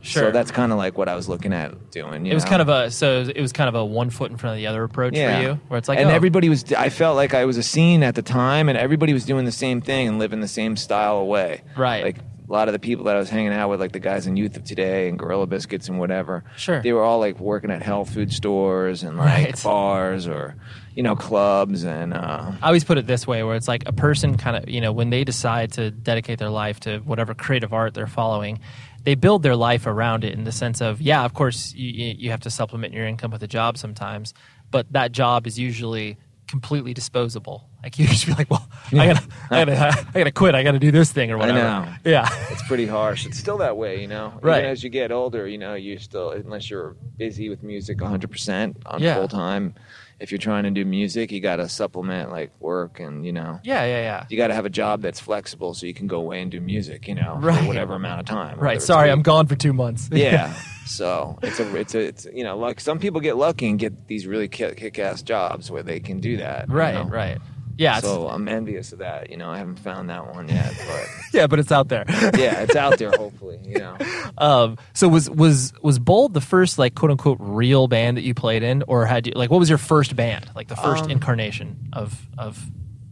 Speaker 1: sure.
Speaker 2: So that's kind of like what I was looking at doing. You
Speaker 1: it was
Speaker 2: know?
Speaker 1: kind of a so it was kind of a one foot in front of the other approach for you, where it's like,
Speaker 2: and
Speaker 1: oh,
Speaker 2: everybody was. I felt like I was a scene at the time, and everybody was doing the same thing and living the same style away.
Speaker 1: Right.
Speaker 2: Like a lot of the people that I was hanging out with, like the guys in Youth of Today and Gorilla Biscuits and whatever.
Speaker 1: Sure.
Speaker 2: They were all like working at health food stores and like
Speaker 1: Right.
Speaker 2: bars or, you know, clubs and. Uh,
Speaker 1: I always put it this way, where it's like a person kind of, you know, when they decide to dedicate their life to whatever creative art they're following, they build their life around it in the sense of, yeah, of course, you, you you have to supplement your income with a job sometimes, but that job is usually completely disposable. Like you just be like, well, I gotta, I gotta, I gotta quit. I gotta do this thing or whatever.
Speaker 2: know.
Speaker 1: Yeah,
Speaker 2: it's pretty harsh. It's still that way, you know.
Speaker 1: Right.
Speaker 2: Even as you get older, you know, you still unless you're busy with music 100% on
Speaker 1: Yeah.
Speaker 2: full time. If you're trying to do music, you got to supplement like work and, you know,
Speaker 1: yeah, yeah, yeah.
Speaker 2: you got to have a job that's flexible so you can go away and do music, you know,
Speaker 1: Right.
Speaker 2: for whatever amount of time. whether
Speaker 1: Right.
Speaker 2: it's
Speaker 1: Sorry,
Speaker 2: a
Speaker 1: I'm
Speaker 2: week.
Speaker 1: gone for two months.
Speaker 2: Yeah. so, it's a it's a it's you know, like some people get lucky and get these really kick- kick-ass jobs where they can do that. you
Speaker 1: right.
Speaker 2: know?
Speaker 1: Right. Yeah. it's-
Speaker 2: So, I'm envious of that, you know. I haven't found that one yet, but
Speaker 1: yeah, but it's out there.
Speaker 2: yeah, it's out there hopefully, you know.
Speaker 1: Um, so was was was Bold the first like quote unquote real band that you played in, or had you like what was your first band, like the first
Speaker 2: Um,
Speaker 1: incarnation of of?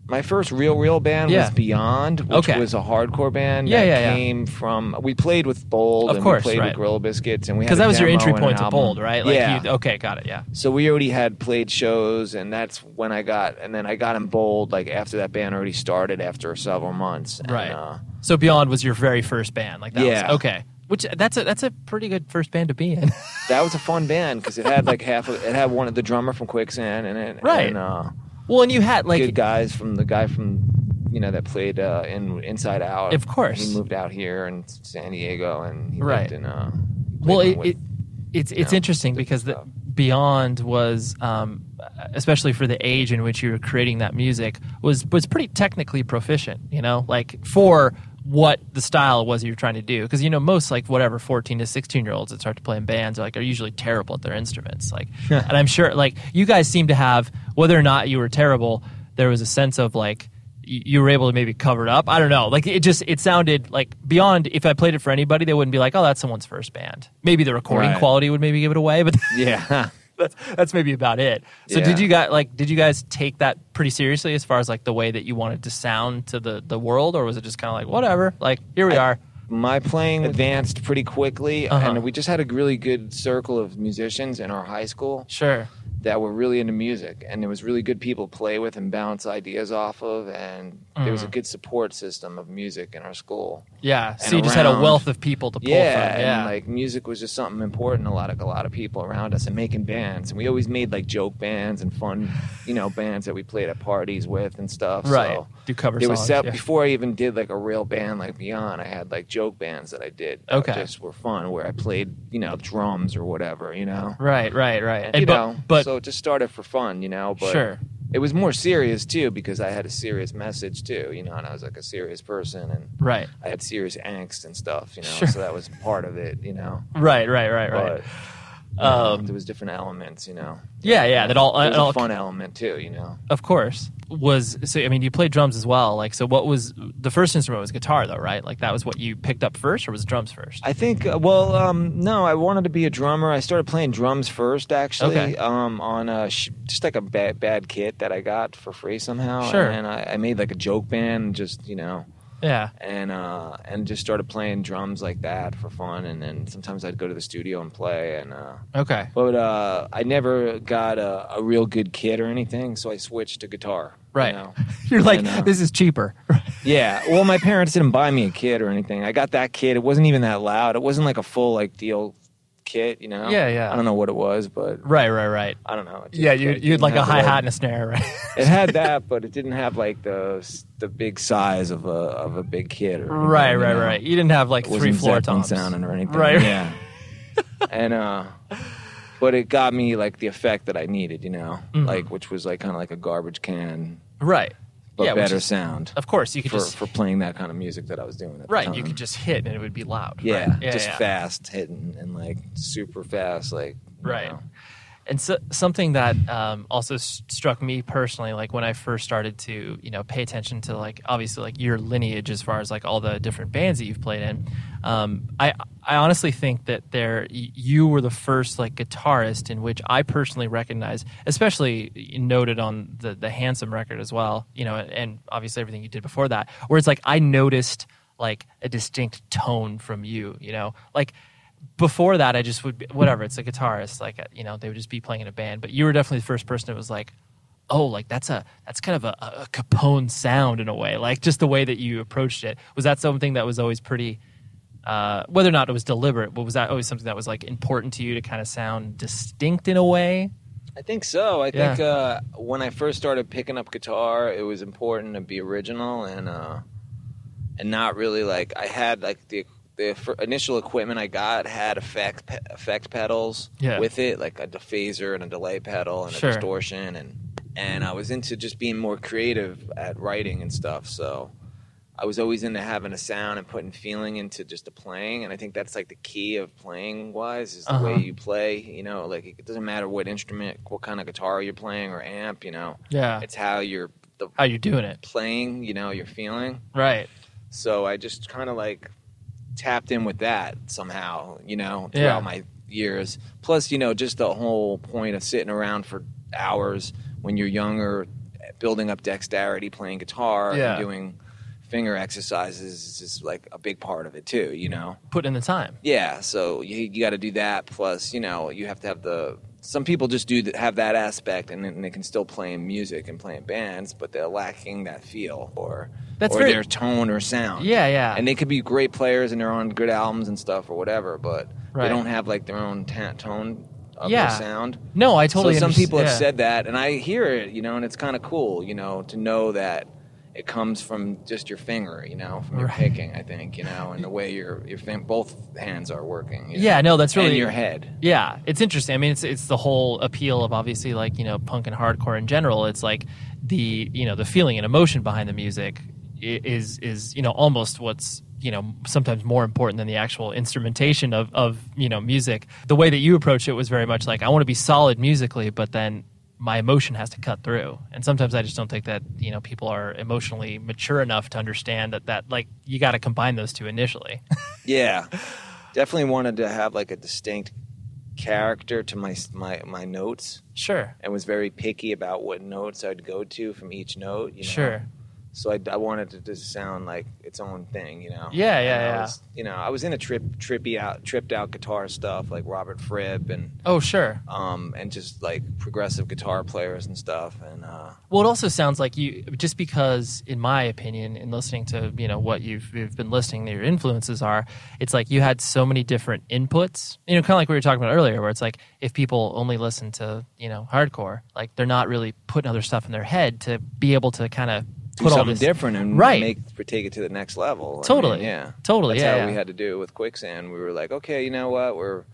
Speaker 2: my first real real band
Speaker 1: Yeah.
Speaker 2: was Beyond, which
Speaker 1: Okay.
Speaker 2: was a hardcore band
Speaker 1: Yeah,
Speaker 2: that
Speaker 1: yeah, yeah.
Speaker 2: came from we played with Bold
Speaker 1: Of
Speaker 2: and
Speaker 1: course,
Speaker 2: we played
Speaker 1: right.
Speaker 2: with Gorilla Biscuits and we
Speaker 1: Because
Speaker 2: had
Speaker 1: that
Speaker 2: a
Speaker 1: was your
Speaker 2: demo
Speaker 1: entry
Speaker 2: and an
Speaker 1: point to
Speaker 2: album.
Speaker 1: Bold, right? Like
Speaker 2: yeah.
Speaker 1: you, oh. okay, got it. Yeah.
Speaker 2: so we already had played shows and that's when I got and then I got in Bold like after that band already started after several months. And,
Speaker 1: Right.
Speaker 2: uh,
Speaker 1: so Beyond was your very first band, like that. was-
Speaker 2: Yeah.
Speaker 1: okay. Which that's a that's a pretty good first band to be in.
Speaker 2: that was a fun band because it had like half of it had one of the drummer from Quicksand and it
Speaker 1: Right.
Speaker 2: and uh,
Speaker 1: well, and you had like
Speaker 2: good guys from the guy from you know that played uh, in Inside Out.
Speaker 1: Of course.
Speaker 2: he moved out here in San Diego, and he
Speaker 1: Right.
Speaker 2: lived in. Uh, he
Speaker 1: well
Speaker 2: played
Speaker 1: it,
Speaker 2: with-
Speaker 1: it it's it's
Speaker 2: know,
Speaker 1: interesting
Speaker 2: different
Speaker 1: because the
Speaker 2: stuff.
Speaker 1: beyond was um, especially for the age in which you were creating that music was was pretty technically proficient you know like for what the style was you were trying to do because you know most like whatever 14 to 16 year olds that start to play in bands are like are usually terrible at their instruments like and i'm sure like you guys seem to have whether or not you were terrible there was a sense of like you you were able to maybe cover it up. I don't know. Like it just it sounded like beyond. If I played it for anybody, they wouldn't be like, "Oh, that's someone's first band." Maybe the recording
Speaker 2: Right.
Speaker 1: quality would maybe give it away, but
Speaker 2: yeah,
Speaker 1: that's, that's maybe about it. So
Speaker 2: Yeah.
Speaker 1: did you guys like did you guys take that pretty seriously as far as like the way that you wanted to sound to the the world, or was it just kind of like whatever? Like here we are.
Speaker 2: my playing advanced pretty quickly,
Speaker 1: Uh-huh.
Speaker 2: and we just had a really good circle of musicians in our high school
Speaker 1: Sure.
Speaker 2: that were really into music, and there was really good people to play with and bounce ideas off of, and there
Speaker 1: Mm.
Speaker 2: was a good support system of music in our school.
Speaker 1: Yeah. So
Speaker 2: And
Speaker 1: you just had a
Speaker 2: around.
Speaker 1: wealth of people to pull
Speaker 2: yeah,
Speaker 1: from. Yeah.
Speaker 2: and like music was just something important. to A lot of a lot of people around us, and making bands, and we always made like joke bands and fun, you know, bands that we played at parties with and stuff.
Speaker 1: right.
Speaker 2: So
Speaker 1: Do cover
Speaker 2: there
Speaker 1: songs.
Speaker 2: was set
Speaker 1: yeah.
Speaker 2: before I even did like a real band like Beyond. I had like joke bands that I did. that
Speaker 1: Okay.
Speaker 2: just were fun where I played you know drums or whatever you know.
Speaker 1: Right. Right. Right.
Speaker 2: And,
Speaker 1: And
Speaker 2: you
Speaker 1: but
Speaker 2: know,
Speaker 1: but
Speaker 2: so it just started for fun, you know. But
Speaker 1: sure.
Speaker 2: it was more serious too because I had a serious message too, you know, and I was like a serious person and
Speaker 1: Right.
Speaker 2: I had serious angst and stuff, you know.
Speaker 1: Sure.
Speaker 2: So that was part of it, you know.
Speaker 1: Right. Right. Right. Right.
Speaker 2: But um,
Speaker 1: Um,
Speaker 2: there was different elements, you know.
Speaker 1: yeah. Yeah. That all.
Speaker 2: There
Speaker 1: it
Speaker 2: was
Speaker 1: all
Speaker 2: a fun element too, you know.
Speaker 1: Of course. Was so I mean you played drums as well. Like so what was the first instrument was guitar though, right? Like that was what you picked up first or was it drums first?
Speaker 2: I think. uh, Well, um, no, I wanted to be a drummer. I started playing drums first, actually,
Speaker 1: Okay.
Speaker 2: um, on a sh- just like a bad bad kit that I got for free somehow.
Speaker 1: Sure.
Speaker 2: And I, I made like a joke band, and just you know,
Speaker 1: yeah.
Speaker 2: and uh, and just started playing drums like that for fun. And then sometimes I'd go to the studio and play. And uh,
Speaker 1: Okay.
Speaker 2: but uh, I never got a, a real good kit or anything, so I switched to guitar. you
Speaker 1: Right.
Speaker 2: know?
Speaker 1: You're like
Speaker 2: know.
Speaker 1: this is cheaper.
Speaker 2: Yeah. Well, my parents didn't buy me a kit or anything. I got that kit. It wasn't even that loud. It wasn't like a full like deal kit, you know.
Speaker 1: Yeah, yeah.
Speaker 2: I don't know what it was, but
Speaker 1: right, right, right.
Speaker 2: I don't know. It just-
Speaker 1: Yeah, you
Speaker 2: it
Speaker 1: you had
Speaker 2: didn't
Speaker 1: like a
Speaker 2: have
Speaker 1: hi hat and a snare, right?
Speaker 2: It had that, but it didn't have like the the big size of a of a big kit. Or anything,
Speaker 1: right,
Speaker 2: you
Speaker 1: right,
Speaker 2: know?
Speaker 1: right. You didn't have like
Speaker 2: It wasn't
Speaker 1: three floor
Speaker 2: Zeppelin
Speaker 1: toms.
Speaker 2: sounding or anything.
Speaker 1: Right.
Speaker 2: Yeah. and uh, but it got me like the effect that I needed, you know,
Speaker 1: Mm-hmm.
Speaker 2: like which was like kind of like a garbage can,
Speaker 1: Right.
Speaker 2: but
Speaker 1: yeah, which
Speaker 2: better
Speaker 1: is-
Speaker 2: sound.
Speaker 1: Of course, you could
Speaker 2: for,
Speaker 1: just
Speaker 2: for playing that kind of music that I was doing at the
Speaker 1: right, you
Speaker 2: time.
Speaker 1: could just hit and it would be loud.
Speaker 2: Yeah,
Speaker 1: right?
Speaker 2: just
Speaker 1: yeah.
Speaker 2: fast hitting and like super fast, like you
Speaker 1: right
Speaker 2: know.
Speaker 1: and so, something that um, also s- struck me personally like when i first started to you know pay attention to like obviously like your lineage as far as like all the different bands that you've played in um, i i honestly think that there y- you were the first like guitarist in which i personally recognized especially noted on the the handsome record as well you know and, and obviously everything you did before that where it's like i noticed like a distinct tone from you you know like before that, I just would be, whatever. It's a guitarist, like you know, they would just be playing in a band. But you were definitely the first person that was like, oh, like that's a that's kind of a, a Capone sound in a way, like just the way that you approached it. Was that something that was always pretty? Uh, whether or not it was deliberate, but was that always something that was like important to you to kind of sound distinct in a way?
Speaker 2: I think so. I
Speaker 1: Yeah.
Speaker 2: think uh, when I first started picking up guitar, it was important to be original and uh, and not really like I had like the the fir- initial equipment I got had effect pe- effect pedals
Speaker 1: Yeah.
Speaker 2: with it, like a phaser and a delay pedal and
Speaker 1: Sure.
Speaker 2: a distortion, and and I was into just being more creative at writing and stuff. So I was always into having a sound and putting feeling into just the playing, and I think that's like the key of playing wise is the way
Speaker 1: Uh-huh.
Speaker 2: you play. You know, like it doesn't matter what instrument, what kind of guitar you're playing or amp. You know,
Speaker 1: Yeah,
Speaker 2: it's how you're the
Speaker 1: how you doing it?
Speaker 2: playing. You know, your feeling.
Speaker 1: Right.
Speaker 2: So I just kind of like tapped in with that somehow. You know, throughout
Speaker 1: Yeah.
Speaker 2: my years. Plus, you know, just the whole point of sitting around for hours when you're younger, building up dexterity, playing guitar,
Speaker 1: Yeah.
Speaker 2: and doing finger exercises is just like a big part of it too. You know.
Speaker 1: Put in the time.
Speaker 2: Yeah, so you, you got to do that. Plus, you know, you have to have the. Some people just do th- have that aspect, and, then they can still play in music and play in bands, but they're lacking that feel or
Speaker 1: That's
Speaker 2: or
Speaker 1: very-
Speaker 2: their tone or sound.
Speaker 1: Yeah, yeah.
Speaker 2: and they could be great players and they're on good albums and stuff or whatever, but
Speaker 1: Right.
Speaker 2: they don't have like their own ta- tone of
Speaker 1: Yeah.
Speaker 2: their sound.
Speaker 1: no, I totally.
Speaker 2: so some
Speaker 1: underst-
Speaker 2: people have
Speaker 1: yeah.
Speaker 2: said that, and I hear it, you know, and it's kind of cool, you know, to know that it comes from just your finger, you know, from your
Speaker 1: Right.
Speaker 2: picking. I think, you know, and the way your your fin- both hands are working. you know,
Speaker 1: Yeah, no, that's really
Speaker 2: and your head.
Speaker 1: Yeah, it's interesting. I mean, it's it's the whole appeal of obviously like you know punk and hardcore in general. It's like the you know the feeling and emotion behind the music i- is is you know almost what's you know sometimes more important than the actual instrumentation of of you know music. The way that you approach it was very much like I want to be solid musically, but then my emotion has to cut through. And sometimes I just don't think that you know people are emotionally mature enough to understand that that like you got to combine those two initially.
Speaker 2: Yeah, definitely wanted to have like a distinct character to my s- my my notes
Speaker 1: Sure.
Speaker 2: and was very picky about what notes I'd go to from each note. You know?
Speaker 1: Sure.
Speaker 2: So I, I wanted it to just sound like its own thing, you know.
Speaker 1: Yeah, yeah,
Speaker 2: And I
Speaker 1: yeah.
Speaker 2: was- you know, I was into trip, trippy out, tripped out guitar stuff like Robert Fripp and
Speaker 1: Oh, sure.
Speaker 2: um and just like progressive guitar players and stuff. And uh,
Speaker 1: Well, it also sounds like you, just because, in my opinion, in listening to you know what you've you've been listening, to your influences are. It's like you had so many different inputs. You know, kind of like we were talking about earlier, where it's like if people only listen to you know hardcore, like they're not really putting other stuff in their head to be able to kind of
Speaker 2: do
Speaker 1: put all
Speaker 2: something
Speaker 1: this
Speaker 2: different and
Speaker 1: right.
Speaker 2: make take it to the next level. I mean,
Speaker 1: Totally.
Speaker 2: yeah,
Speaker 1: Totally,
Speaker 2: That's
Speaker 1: yeah,
Speaker 2: how
Speaker 1: yeah.
Speaker 2: we had to do it with quicksand. We were like, okay, you know what, we're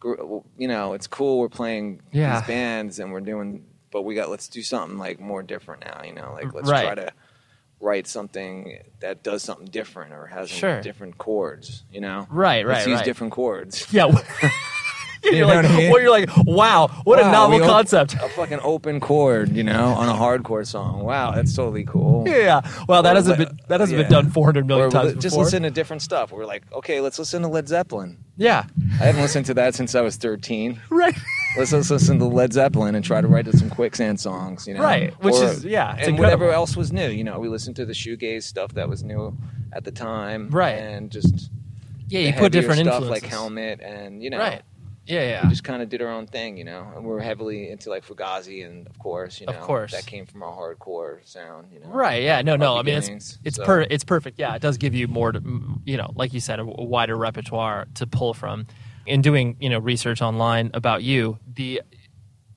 Speaker 2: gr- you know, it's cool. We're playing
Speaker 1: Yeah.
Speaker 2: these bands and we're doing, but we got let's do something like more different now. You know, like let's
Speaker 1: Right.
Speaker 2: try to write something that does something different or has
Speaker 1: Sure.
Speaker 2: different chords. You know,
Speaker 1: Right,
Speaker 2: Let's
Speaker 1: right,
Speaker 2: use
Speaker 1: right.
Speaker 2: different chords.
Speaker 1: Yeah. you're
Speaker 2: know
Speaker 1: like,
Speaker 2: what I mean?
Speaker 1: well, you're like, wow, what
Speaker 2: Wow,
Speaker 1: a novel
Speaker 2: we op-
Speaker 1: concept.
Speaker 2: a fucking open chord, you know, on a hardcore song. Wow, that's totally cool.
Speaker 1: yeah. Well, that
Speaker 2: Or
Speaker 1: hasn't
Speaker 2: le-
Speaker 1: been that hasn't been
Speaker 2: yeah.
Speaker 1: done 400 million
Speaker 2: Or
Speaker 1: times
Speaker 2: li- just
Speaker 1: before.
Speaker 2: listen to different stuff. We're like, okay, let's listen to Led Zeppelin.
Speaker 1: Yeah.
Speaker 2: I haven't listened to that since I was 13.
Speaker 1: Right.
Speaker 2: Let's, let's listen to Led Zeppelin and try to write some quicksand songs, you know?
Speaker 1: Right, which is- yeah, it's
Speaker 2: and
Speaker 1: incredible.
Speaker 2: whatever else was new, you know, we listened to the shoegaze stuff that was new at the time,
Speaker 1: Right.
Speaker 2: And just
Speaker 1: Yeah.
Speaker 2: the
Speaker 1: You put
Speaker 2: heavier
Speaker 1: different
Speaker 2: stuff
Speaker 1: influences.
Speaker 2: like Helmet and you know,
Speaker 1: Right. Yeah. Yeah.
Speaker 2: we just kind of did our own thing, you know. And we were heavily into like Fugazi, and of course, you know,
Speaker 1: Of course.
Speaker 2: that came from our hardcore sound, you know.
Speaker 1: Right. Yeah. No. No. I mean, it's
Speaker 2: beginnings,
Speaker 1: it's
Speaker 2: so-
Speaker 1: per it's perfect. Yeah. It does give you more, to, mm, you know, like you said, a, a wider repertoire to pull from. In doing you know research online about you, the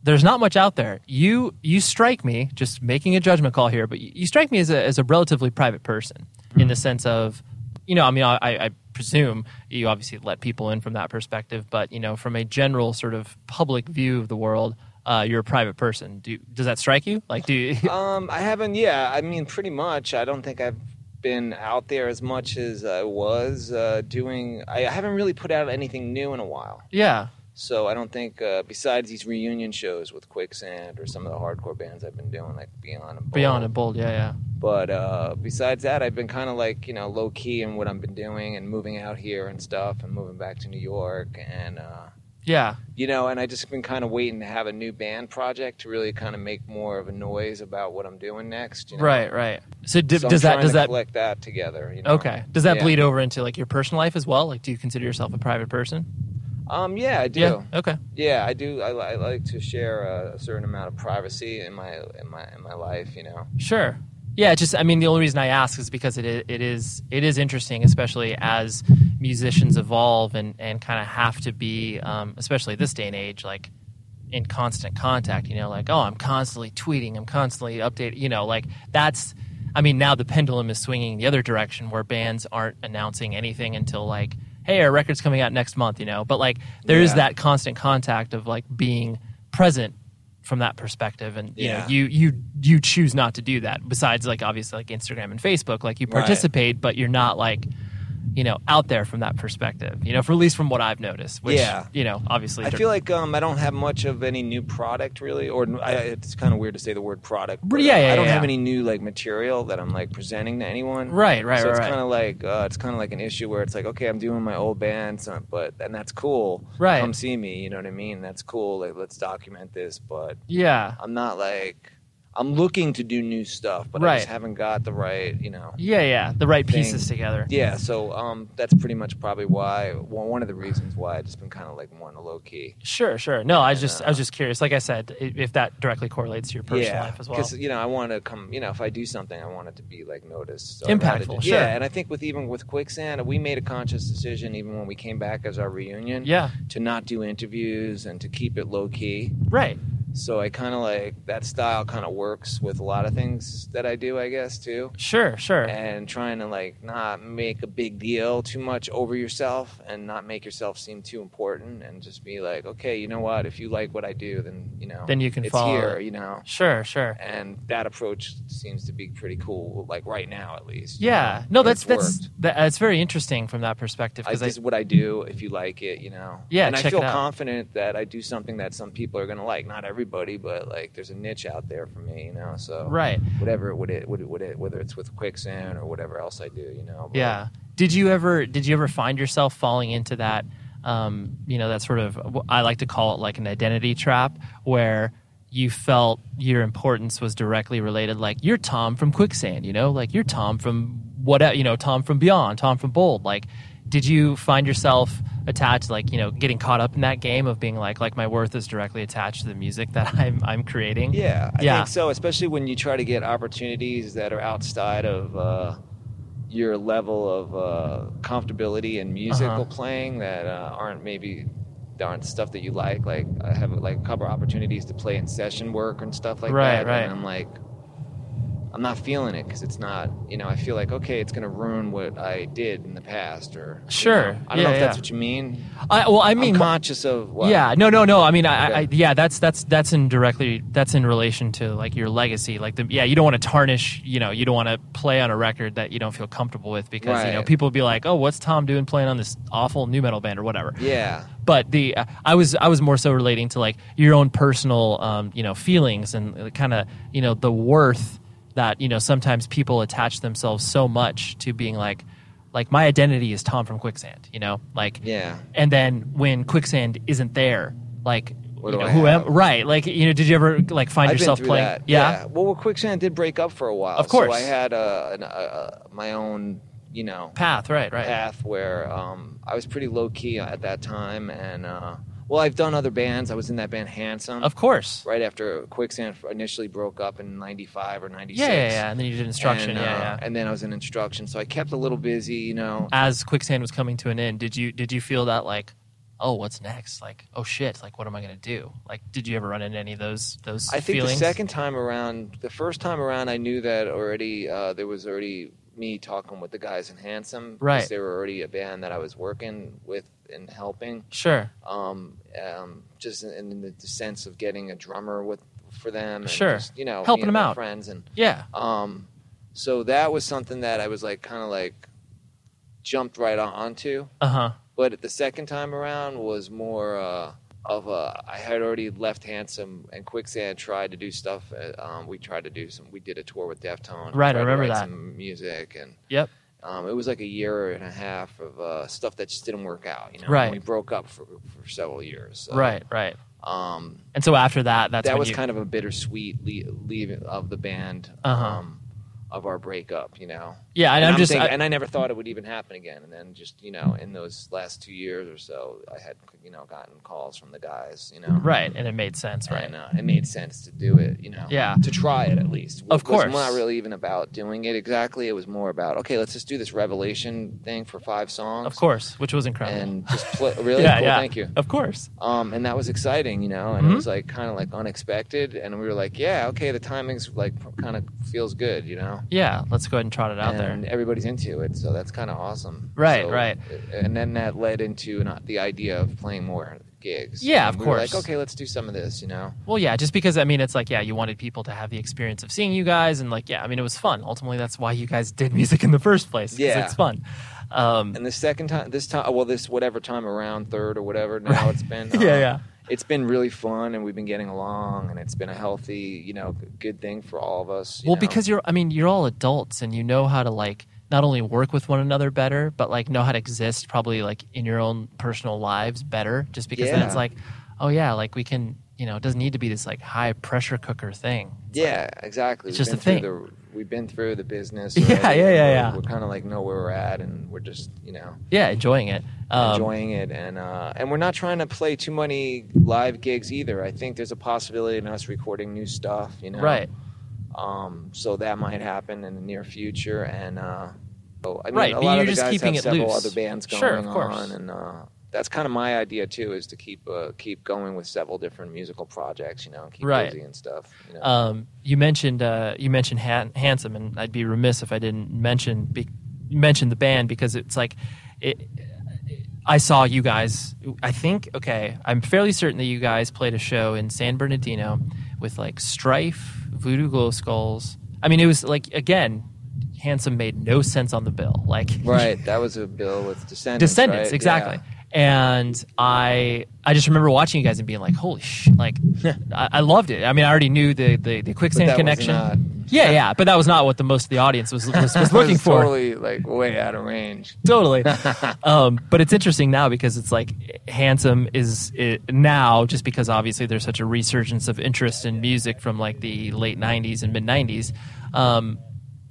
Speaker 1: there's not much out there. You you strike me just making a judgment call here, but you, you strike me as a as a relatively private person
Speaker 2: Hmm.
Speaker 1: in the sense of, you know, I mean, I, I presume you obviously let people in from that perspective, but you know, from a general sort of public view of the world. Uh, you're a private person. Do, does that strike you? Like, do you,
Speaker 2: Um, I haven't. Yeah, I mean, pretty much. I don't think I've been out there as much as I was uh, doing. I, I haven't really put out anything new in a while.
Speaker 1: yeah.
Speaker 2: So I don't think, uh, besides these reunion shows with Quicksand or some of the hardcore bands I've been doing, like Beyond and Bold.
Speaker 1: Beyond and bold, yeah, yeah.
Speaker 2: But uh, besides that, I've been kind of like you know low key in what I've been doing and moving out here and stuff and moving back to New York and. Uh,
Speaker 1: Yeah.
Speaker 2: you know, and I just been kind of waiting to have a new band project to really kind of make more of a noise about what I'm doing next. You know?
Speaker 1: Right, right. So, d-
Speaker 2: So I'm
Speaker 1: does that
Speaker 2: trying
Speaker 1: does
Speaker 2: to
Speaker 1: that
Speaker 2: collect that together? You know?
Speaker 1: Okay. Does that
Speaker 2: Yeah.
Speaker 1: bleed over into like your personal life as well? Like do you consider yourself a private person?
Speaker 2: Um, yeah, I do.
Speaker 1: Yeah.
Speaker 2: Yeah,
Speaker 1: Okay.
Speaker 2: I do. I, li- I like to share a, a certain amount of privacy in my in my in my life. You know.
Speaker 1: Sure. Yeah, it's just I mean the only reason I ask is because it is, it is it is interesting especially as musicians evolve and and kind of have to be um, especially this day and age like in constant contact, you know, like oh, I'm constantly tweeting, I'm constantly updating, you know, like that's I mean now the pendulum is swinging the other direction where bands aren't announcing anything until like hey, our record's coming out next month, you know, but like there is
Speaker 2: Yeah.
Speaker 1: that constant contact of like being present from that perspective and you know
Speaker 2: Yeah.
Speaker 1: you you you choose not to do that besides like obviously like instagram and facebook like you
Speaker 2: Right.
Speaker 1: participate but you're not like you know out there from that perspective you know for at least from what i've noticed which
Speaker 2: Yeah.
Speaker 1: you know obviously
Speaker 2: I
Speaker 1: they're-
Speaker 2: feel like um, I don't have much of any new product really, or I, it's kind of weird to say the word product. But,
Speaker 1: Yeah,
Speaker 2: uh,
Speaker 1: yeah,
Speaker 2: I don't
Speaker 1: yeah.
Speaker 2: have any new like material that I'm like presenting to anyone.
Speaker 1: Right, right,
Speaker 2: So
Speaker 1: right,
Speaker 2: it's
Speaker 1: right.
Speaker 2: kind of like uh, it's kind of like an issue where it's like, okay, I'm doing my old band, so- but and that's cool.
Speaker 1: Right.
Speaker 2: Come see me. You know what I mean? That's cool. Like let's document this, but
Speaker 1: yeah
Speaker 2: I'm not like I'm looking to do new stuff, but I
Speaker 1: Right.
Speaker 2: just haven't got the right, you know.
Speaker 1: yeah yeah the right
Speaker 2: Thing.
Speaker 1: pieces together
Speaker 2: Yeah, so um, that's pretty much probably why well, one of the reasons why I've just been kind of like more on the low key.
Speaker 1: sure sure no i was just i was
Speaker 2: Yeah.
Speaker 1: just curious like i said i- if that directly correlates to your personal life as well
Speaker 2: Because you know, I want to come. You know, if I do something, I want it to be like noticed, so I
Speaker 1: Impactful,
Speaker 2: rather do-
Speaker 1: sure.
Speaker 2: Yeah, and I think with even with quicksand, we made a conscious decision, even when we came back as our reunion,
Speaker 1: yeah
Speaker 2: to not do interviews and to keep it low key.
Speaker 1: right
Speaker 2: So I kind of like that style. Kind of works with a lot of things that I do, I guess, too.
Speaker 1: sure sure
Speaker 2: And trying to like not make a big deal too much over yourself, and not make yourself seem too important, and just be like, okay, you know what? If you like what I do, then you know,
Speaker 1: Then you can
Speaker 2: it's
Speaker 1: follow
Speaker 2: here,
Speaker 1: it.
Speaker 2: you know
Speaker 1: sure sure
Speaker 2: and that approach seems to be pretty cool like right now at least you
Speaker 1: yeah
Speaker 2: know?
Speaker 1: no
Speaker 2: Uh, It's
Speaker 1: that's that's
Speaker 2: worked.
Speaker 1: that, that's very interesting from that perspective
Speaker 2: I,
Speaker 1: because
Speaker 2: this
Speaker 1: I,
Speaker 2: is what i do if you like it you know
Speaker 1: Yeah,
Speaker 2: and
Speaker 1: check it
Speaker 2: i feel
Speaker 1: out.
Speaker 2: confident that i do something that some people are gonna like not everybody but like there's a niche out there for me you know so
Speaker 1: right
Speaker 2: whatever it would it would it, would it whether it's with quicksand or whatever else i do you know but-
Speaker 1: Yeah. Did you ever did you ever find yourself falling into that um, you know, that sort of I like to call it like an identity trap, where you felt your importance was directly related. Like you're Tom from Quicksand, you know, like you're Tom from what, you know, Tom from Beyond, Tom from Bold. Like, did you find yourself attached, like you know, getting caught up in that game of being like, like my worth is directly attached to the music that I'm I'm creating?
Speaker 2: Yeah, I
Speaker 1: yeah.
Speaker 2: think so. Especially when you try to get opportunities that are outside of uh, your level of uh, comfortability in musical
Speaker 1: Uh-huh.
Speaker 2: playing that uh, aren't maybe that aren't stuff that you like. Like I have like a couple opportunities to play in session work and stuff like
Speaker 1: Right,
Speaker 2: that.
Speaker 1: right.
Speaker 2: And I'm like, I'm not feeling it because it's not. You know, I feel like okay, it's gonna ruin what I did in the past or you
Speaker 1: Sure.
Speaker 2: know. I don't
Speaker 1: Yeah,
Speaker 2: know if that's
Speaker 1: yeah.
Speaker 2: what you mean.
Speaker 1: I, well, I
Speaker 2: I
Speaker 1: mean,
Speaker 2: am conscious of what.
Speaker 1: Yeah, no, no, no. I mean, I, I, I,
Speaker 2: Okay.
Speaker 1: yeah, that's that's that's in directly that's in relation to like your legacy. Like the yeah, you don't want to tarnish. You know, you don't want to play on a record that you don't feel comfortable with because you know
Speaker 2: Right.
Speaker 1: people be like, oh, what's Tom doing playing on this awful new metal band or whatever.
Speaker 2: Yeah.
Speaker 1: But the uh, I was I was more so relating to like your own personal um, you know feelings and kind of you know the worth that you know sometimes people attach themselves so much to being like like my identity is Tom from Quicksand. You know, like
Speaker 2: Yeah.
Speaker 1: and then when quicksand isn't there, like
Speaker 2: What
Speaker 1: you
Speaker 2: do
Speaker 1: know,
Speaker 2: I
Speaker 1: who am
Speaker 2: have?
Speaker 1: right? Like you know, did you ever like find
Speaker 2: I've
Speaker 1: yourself
Speaker 2: been through
Speaker 1: playing?
Speaker 2: That.
Speaker 1: Yeah?
Speaker 2: Well, well, Quicksand did break up for a while.
Speaker 1: Of course.
Speaker 2: So I had uh, an, uh, uh, my own, you know,
Speaker 1: path, right, right.
Speaker 2: path where um, I was pretty low key at that time. And uh, well, I've done other bands. I was in that band Handsome.
Speaker 1: Of course,
Speaker 2: Right after Quicksand initially broke up in '95 or '96.
Speaker 1: yeah, yeah, yeah. And then you did instruction,
Speaker 2: And, uh,
Speaker 1: yeah, yeah.
Speaker 2: And then I was in instruction, so I kept a little busy, you know.
Speaker 1: As quicksand was coming to an end, did you did you feel that like, oh, what's next? Like, oh shit, like what am I gonna do? Like, did you ever run into any of those those
Speaker 2: I think
Speaker 1: feelings?
Speaker 2: the second time around, the first time around, I knew that already. Uh, there was already me talking with the guys in Handsome, 'cause
Speaker 1: Right.
Speaker 2: They were already a band that I was working with and helping.
Speaker 1: sure,
Speaker 2: Um, um, just in, in the, sense of getting a drummer with for them, and
Speaker 1: Sure.
Speaker 2: just, you know,
Speaker 1: Helping them
Speaker 2: being their
Speaker 1: out.
Speaker 2: friends, and
Speaker 1: yeah,
Speaker 2: um, so that was something that I was like, kind of like jumped right on- onto
Speaker 1: uh huh,
Speaker 2: but the second time around was more uh, of a I had already left Handsome and Quicksand tried to do stuff. uh, Um, we tried to do some. We did a tour with Deftone.
Speaker 1: Right, I
Speaker 2: tried to
Speaker 1: remember
Speaker 2: write
Speaker 1: that.
Speaker 2: Some music and
Speaker 1: yep,
Speaker 2: um, it was like a year and a half of uh, stuff that just didn't work out. You know,
Speaker 1: Right.
Speaker 2: And we broke up for, for several years. So,
Speaker 1: right, right.
Speaker 2: Um,
Speaker 1: And so after that, that's
Speaker 2: that
Speaker 1: when
Speaker 2: was
Speaker 1: you,
Speaker 2: kind of a bittersweet le- leaving of the band.
Speaker 1: Uh-huh.
Speaker 2: Um, of our breakup, you know,
Speaker 1: yeah. And,
Speaker 2: and
Speaker 1: I'm just
Speaker 2: thinking-
Speaker 1: I-
Speaker 2: and I never thought it would even happen again. And then just you know, in those last two years or so, I had you know gotten calls from the guys, you know,
Speaker 1: right, and it made sense, right?
Speaker 2: And uh, it made sense to do it, you know,
Speaker 1: Yeah.
Speaker 2: to try it at least.
Speaker 1: Of
Speaker 2: It was
Speaker 1: course.
Speaker 2: not really even about doing it exactly. It was more about okay, let's just do this revelation thing for five songs,
Speaker 1: Of course, which was incredible.
Speaker 2: and just play. Really,
Speaker 1: yeah,
Speaker 2: cool,
Speaker 1: yeah.
Speaker 2: thank you.
Speaker 1: Of course.
Speaker 2: Um, and that was exciting, you know, and
Speaker 1: Mhm.
Speaker 2: it was like kind of like unexpected, and we were like, yeah, okay, the timing's like kind of feels good, you know.
Speaker 1: Yeah, let's go ahead and trot it out
Speaker 2: and
Speaker 1: there.
Speaker 2: everybody's into it, so that's kind of awesome.
Speaker 1: Right,
Speaker 2: So, uh,
Speaker 1: right.
Speaker 2: And then that led into not the idea of playing more gigs.
Speaker 1: Yeah,
Speaker 2: And
Speaker 1: of
Speaker 2: we were
Speaker 1: course.
Speaker 2: like, okay, let's do some of this, you know.
Speaker 1: Well, yeah, just because I mean, it's like yeah, you wanted people to have the experience of seeing you guys, and like yeah, I mean, it was fun. Ultimately, that's why you guys did music in the first place. 'cause
Speaker 2: Yeah.
Speaker 1: it's fun. Um,
Speaker 2: And the second time, this time, well, this whatever time around, third or whatever, now it's been. uh,
Speaker 1: yeah, yeah,
Speaker 2: It's been really fun, and we've been getting along, and it's been a healthy, you know, g- good thing for all of us. you
Speaker 1: Well,
Speaker 2: know.
Speaker 1: because you're, I mean, you're all adults and you know how to like not only work with one another better, but like know how to exist probably like in your own personal lives better. Just because then
Speaker 2: Yeah.
Speaker 1: it's like, oh yeah, like we can, you know, it doesn't need to be this like high pressure cooker thing.
Speaker 2: yeah, exactly.
Speaker 1: it's
Speaker 2: We've
Speaker 1: just a
Speaker 2: been through The, we've been through the business.
Speaker 1: Yeah,
Speaker 2: already,
Speaker 1: yeah,
Speaker 2: and
Speaker 1: yeah,
Speaker 2: We're,
Speaker 1: yeah.
Speaker 2: We're kind of like know where we're at, and we're just, you know.
Speaker 1: Yeah, enjoying it. Um,
Speaker 2: enjoying it and uh, and we're not trying to play too many live gigs either. I think there's a possibility in us recording new stuff, you know.
Speaker 1: Right.
Speaker 2: Um, so that might happen in the near future and uh so, I mean,
Speaker 1: Right,
Speaker 2: a
Speaker 1: but
Speaker 2: lot
Speaker 1: you're
Speaker 2: of the
Speaker 1: just
Speaker 2: guys
Speaker 1: keeping
Speaker 2: have
Speaker 1: it
Speaker 2: several
Speaker 1: loose.
Speaker 2: other bands going
Speaker 1: Sure, of course.
Speaker 2: on and uh that's kind of my idea too is to keep uh, keep going with several different musical projects, you know, and keep
Speaker 1: Right.
Speaker 2: busy and stuff, you know.
Speaker 1: Um, you mentioned uh, you mentioned Han- handsome, and I'd be remiss if I didn't mention be- mention the band because it's like it. I saw you guys. I think okay. I'm fairly certain that you guys played a show in San Bernardino with like Strife, Voodoo Glow Skulls. I mean, it was like again, handsome made no sense on the bill. Like
Speaker 2: right, that was a bill with Descendants.
Speaker 1: Descendants,
Speaker 2: right?
Speaker 1: exactly.
Speaker 2: Yeah.
Speaker 1: and I I just remember watching you guys and being like, holy sh! Like, I, I loved it. I mean, I already knew the the, the quicksand
Speaker 2: that was
Speaker 1: connection.
Speaker 2: not-
Speaker 1: yeah, yeah, but that was not what the most of the audience was was, was
Speaker 2: I was
Speaker 1: looking for.
Speaker 2: Totally like way out of range.
Speaker 1: Totally. um, but it's interesting now because it's like handsome is it, now just because obviously there's such a resurgence of interest in music from like the late '90s and mid '90s. Um,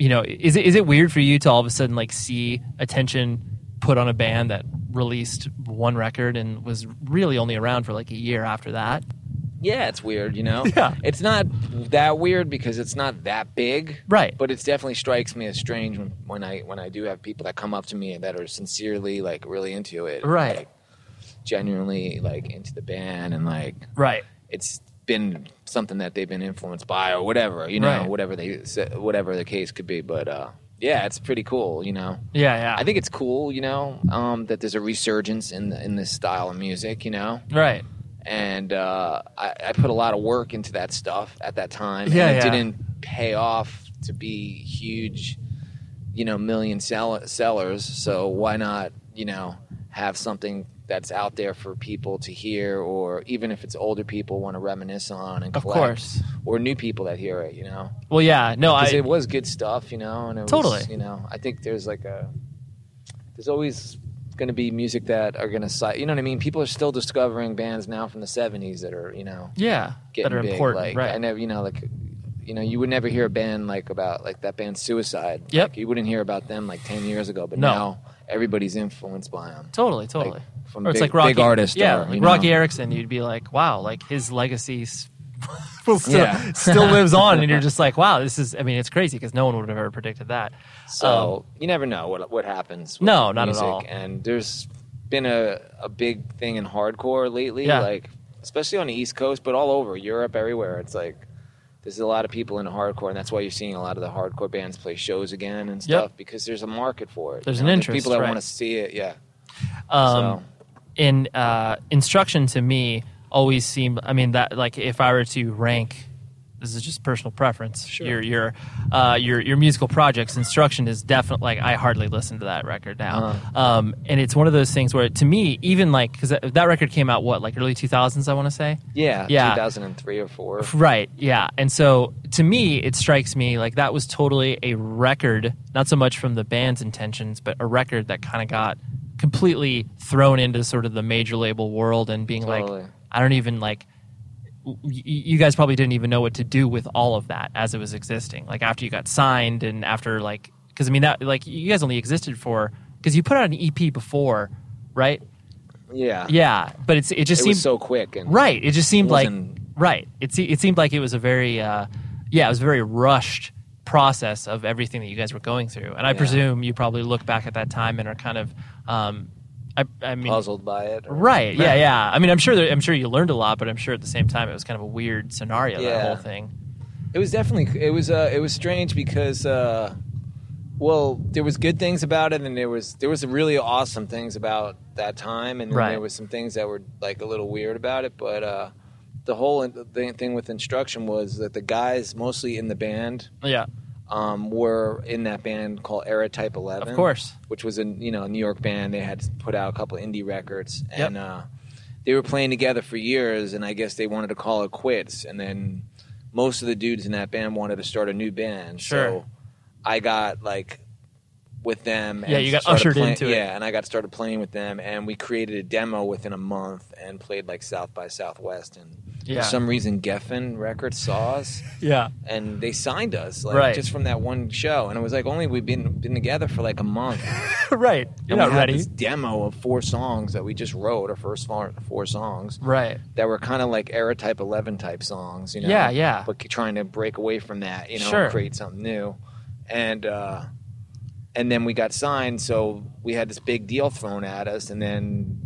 Speaker 1: you know, is it is it weird for you to all of a sudden like see attention put on a band that released one record and was really only around for like a year after that?
Speaker 2: Yeah, it's weird, you know?
Speaker 1: Yeah.
Speaker 2: It's not that weird because it's not that big.
Speaker 1: Right.
Speaker 2: But it definitely strikes me as strange when, when I when I do have people that come up to me that are sincerely like really into it. and,
Speaker 1: Right.
Speaker 2: Like, genuinely like into the band and like
Speaker 1: Right.
Speaker 2: it's been something that they've been influenced by or whatever, you know,
Speaker 1: Right.
Speaker 2: whatever they said- whatever the case could be, but uh yeah, it's pretty cool, you know.
Speaker 1: Yeah. Yeah.
Speaker 2: I think it's cool, you know, um, that there's a resurgence in in this style of music, you know
Speaker 1: Right.
Speaker 2: and uh, I, I put a lot of work into that stuff at that time.
Speaker 1: Yeah,
Speaker 2: and it
Speaker 1: yeah.
Speaker 2: didn't pay off to be huge, you know, million sell- sellers. So why not, you know, have something that's out there for people to hear, or even if it's older people want to reminisce on and
Speaker 1: Of
Speaker 2: collect,
Speaker 1: course.
Speaker 2: or new people that hear it, you know,
Speaker 1: Well, yeah. No, I.
Speaker 2: because it was good stuff, you know, and it
Speaker 1: Totally.
Speaker 2: was, you know, I think there's like a, there's always going to be music that are going to cite, you know what I mean? People are still discovering bands now from the '70s that are, you know,
Speaker 1: yeah.
Speaker 2: getting
Speaker 1: that are
Speaker 2: big.
Speaker 1: important.
Speaker 2: like,
Speaker 1: right.
Speaker 2: I never, you know, like, you know, you would never hear a band like about like that band Suicide.
Speaker 1: Yep.
Speaker 2: Like, you wouldn't hear about them like ten years ago, but
Speaker 1: No.
Speaker 2: now everybody's influenced by them.
Speaker 1: Totally, totally.
Speaker 2: from
Speaker 1: or it's
Speaker 2: big-
Speaker 1: like Rocky,
Speaker 2: big artists
Speaker 1: Yeah,
Speaker 2: or, you
Speaker 1: like Rocky
Speaker 2: know.
Speaker 1: Erickson, you'd be like, wow, like his legacy s- will still,
Speaker 2: Yeah.
Speaker 1: still lives on, and you're just like, wow, this is. I mean, it's crazy because no one would have ever predicted that. Um,
Speaker 2: So you never know what what happens. with
Speaker 1: No, not at all.
Speaker 2: And there's been a a big thing in hardcore lately,
Speaker 1: Yeah.
Speaker 2: like especially on the East Coast, but all over Europe, everywhere. It's like there's a lot of people into hardcore, and that's why you're seeing a lot of the hardcore bands play shows again and stuff because there's a market for it.
Speaker 1: There's
Speaker 2: you
Speaker 1: an
Speaker 2: know?
Speaker 1: interest,
Speaker 2: people that
Speaker 1: right.
Speaker 2: want to see it. Yeah.
Speaker 1: um,
Speaker 2: so.
Speaker 1: in uh, instruction to me always seemed. I mean, that like if I were to rank. This is just personal preference.
Speaker 2: Sure.
Speaker 1: Your your uh, your your musical projects. Instruction is definitely like I hardly listen to that record now, um, and it's one of those things where to me, even like because that, that record came out what like early two thousands, I want to say.
Speaker 2: Yeah,
Speaker 1: Yeah.
Speaker 2: 2003 or 4.
Speaker 1: Right. Yeah. And so to me, it strikes me like that was totally a record, not so much from the band's intentions, but a record that kind of got completely thrown into sort of the major label world and being
Speaker 2: Totally.
Speaker 1: like, I don't even like. y- y- You guys probably didn't even know what to do with all of that as it was existing. Like after you got signed and after like, because I mean that like you guys only existed for because you put out an EP before, right?
Speaker 2: Yeah.
Speaker 1: Yeah, but it's it
Speaker 2: It
Speaker 1: just
Speaker 2: was
Speaker 1: seems
Speaker 2: so quick and
Speaker 1: Right. It just seemed like
Speaker 2: Wasn't-
Speaker 1: right. It se- it seemed like it was a very uh, yeah, it was a very rushed process of everything that you guys were going through. And I
Speaker 2: Yeah.
Speaker 1: presume you probably look back at that time and are kind of um, I I mean
Speaker 2: puzzled by it. or-
Speaker 1: Right. Yeah, yeah. I mean, I'm sure there, I'm sure you learned a lot, but I'm sure at the same time it was kind of a weird scenario that
Speaker 2: Yeah.
Speaker 1: whole thing.
Speaker 2: It was definitely it was uh it was strange because uh well, there was good things about it and there was there was some really awesome things about that time and then
Speaker 1: Right.
Speaker 2: there was some things that were like a little weird about it, but uh the whole in- the thing with instruction was that the guys mostly in the band
Speaker 1: Yeah.
Speaker 2: um, were in that band called Era Type Eleven,
Speaker 1: Of course.
Speaker 2: which was a you know New York band. They had put out a couple of indie records,
Speaker 1: Yep.
Speaker 2: and uh, they were playing together for years. And I guess they wanted to call it quits. And then most of the dudes in that band wanted to start a new band.
Speaker 1: Sure.
Speaker 2: So I got like with them.
Speaker 1: Yeah,
Speaker 2: and
Speaker 1: you got
Speaker 2: started
Speaker 1: ushered
Speaker 2: playing-
Speaker 1: into it.
Speaker 2: Yeah, and I got started playing with them, and we created a demo within a month and played like South by Southwest. And
Speaker 1: Yeah.
Speaker 2: for some reason, Geffen Records saw us
Speaker 1: Yeah.
Speaker 2: and they signed us like
Speaker 1: Right.
Speaker 2: just from that one show and it was like only we've been been together for like a month
Speaker 1: right. You're
Speaker 2: and
Speaker 1: not
Speaker 2: we had
Speaker 1: ready.
Speaker 2: this demo of four songs that we just wrote our first four, four songs
Speaker 1: Right.
Speaker 2: that were kind of like era type 11 type songs you know
Speaker 1: Yeah, yeah.
Speaker 2: but trying to break away from that you know
Speaker 1: Sure.
Speaker 2: create something new and uh and then we got signed so we had this big deal thrown at us and then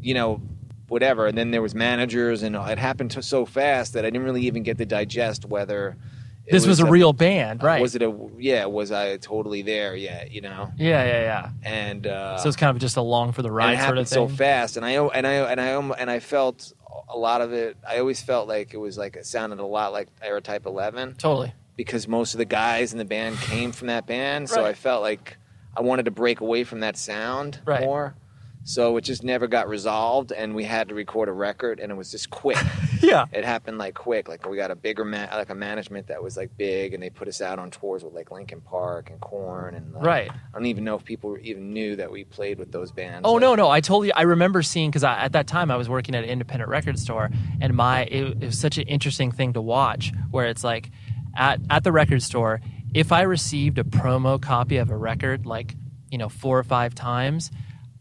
Speaker 2: you know whatever and then there was managers and it happened to, so fast that i didn't really even get to digest whether it
Speaker 1: This was, a,
Speaker 2: a-
Speaker 1: real band, right?
Speaker 2: was it a yeah? Was I totally there yet? You know,
Speaker 1: yeah, yeah, yeah.
Speaker 2: and uh,
Speaker 1: So it's kind of just along for the
Speaker 2: and
Speaker 1: ride
Speaker 2: it
Speaker 1: sort
Speaker 2: happened
Speaker 1: of
Speaker 2: so
Speaker 1: thing.
Speaker 2: fast, and I and I and I almo- and I felt a lot of it. I always felt like it was like it sounded a lot like Era Type Eleven
Speaker 1: Totally.
Speaker 2: because most of the guys in the band came from that band, so
Speaker 1: Right.
Speaker 2: I felt like I wanted to break away from that sound
Speaker 1: Right.
Speaker 2: more. So it just never got resolved, and we had to record a record, and it was just quick.
Speaker 1: Yeah.
Speaker 2: it happened like quick. Like we got a bigger ma- like a management that was like big, and they put us out on tours with like Linkin Park and Corn, and like,
Speaker 1: Right.
Speaker 2: I don't even know if people even knew that we played with those bands.
Speaker 1: Oh
Speaker 2: Like,
Speaker 1: no, no! I totally. I remember seeing because at that time I was working at an independent record store, and my it, it was such an interesting thing to watch. Where it's like, at at the record store, if I received a promo copy of a record, like you know four or five times,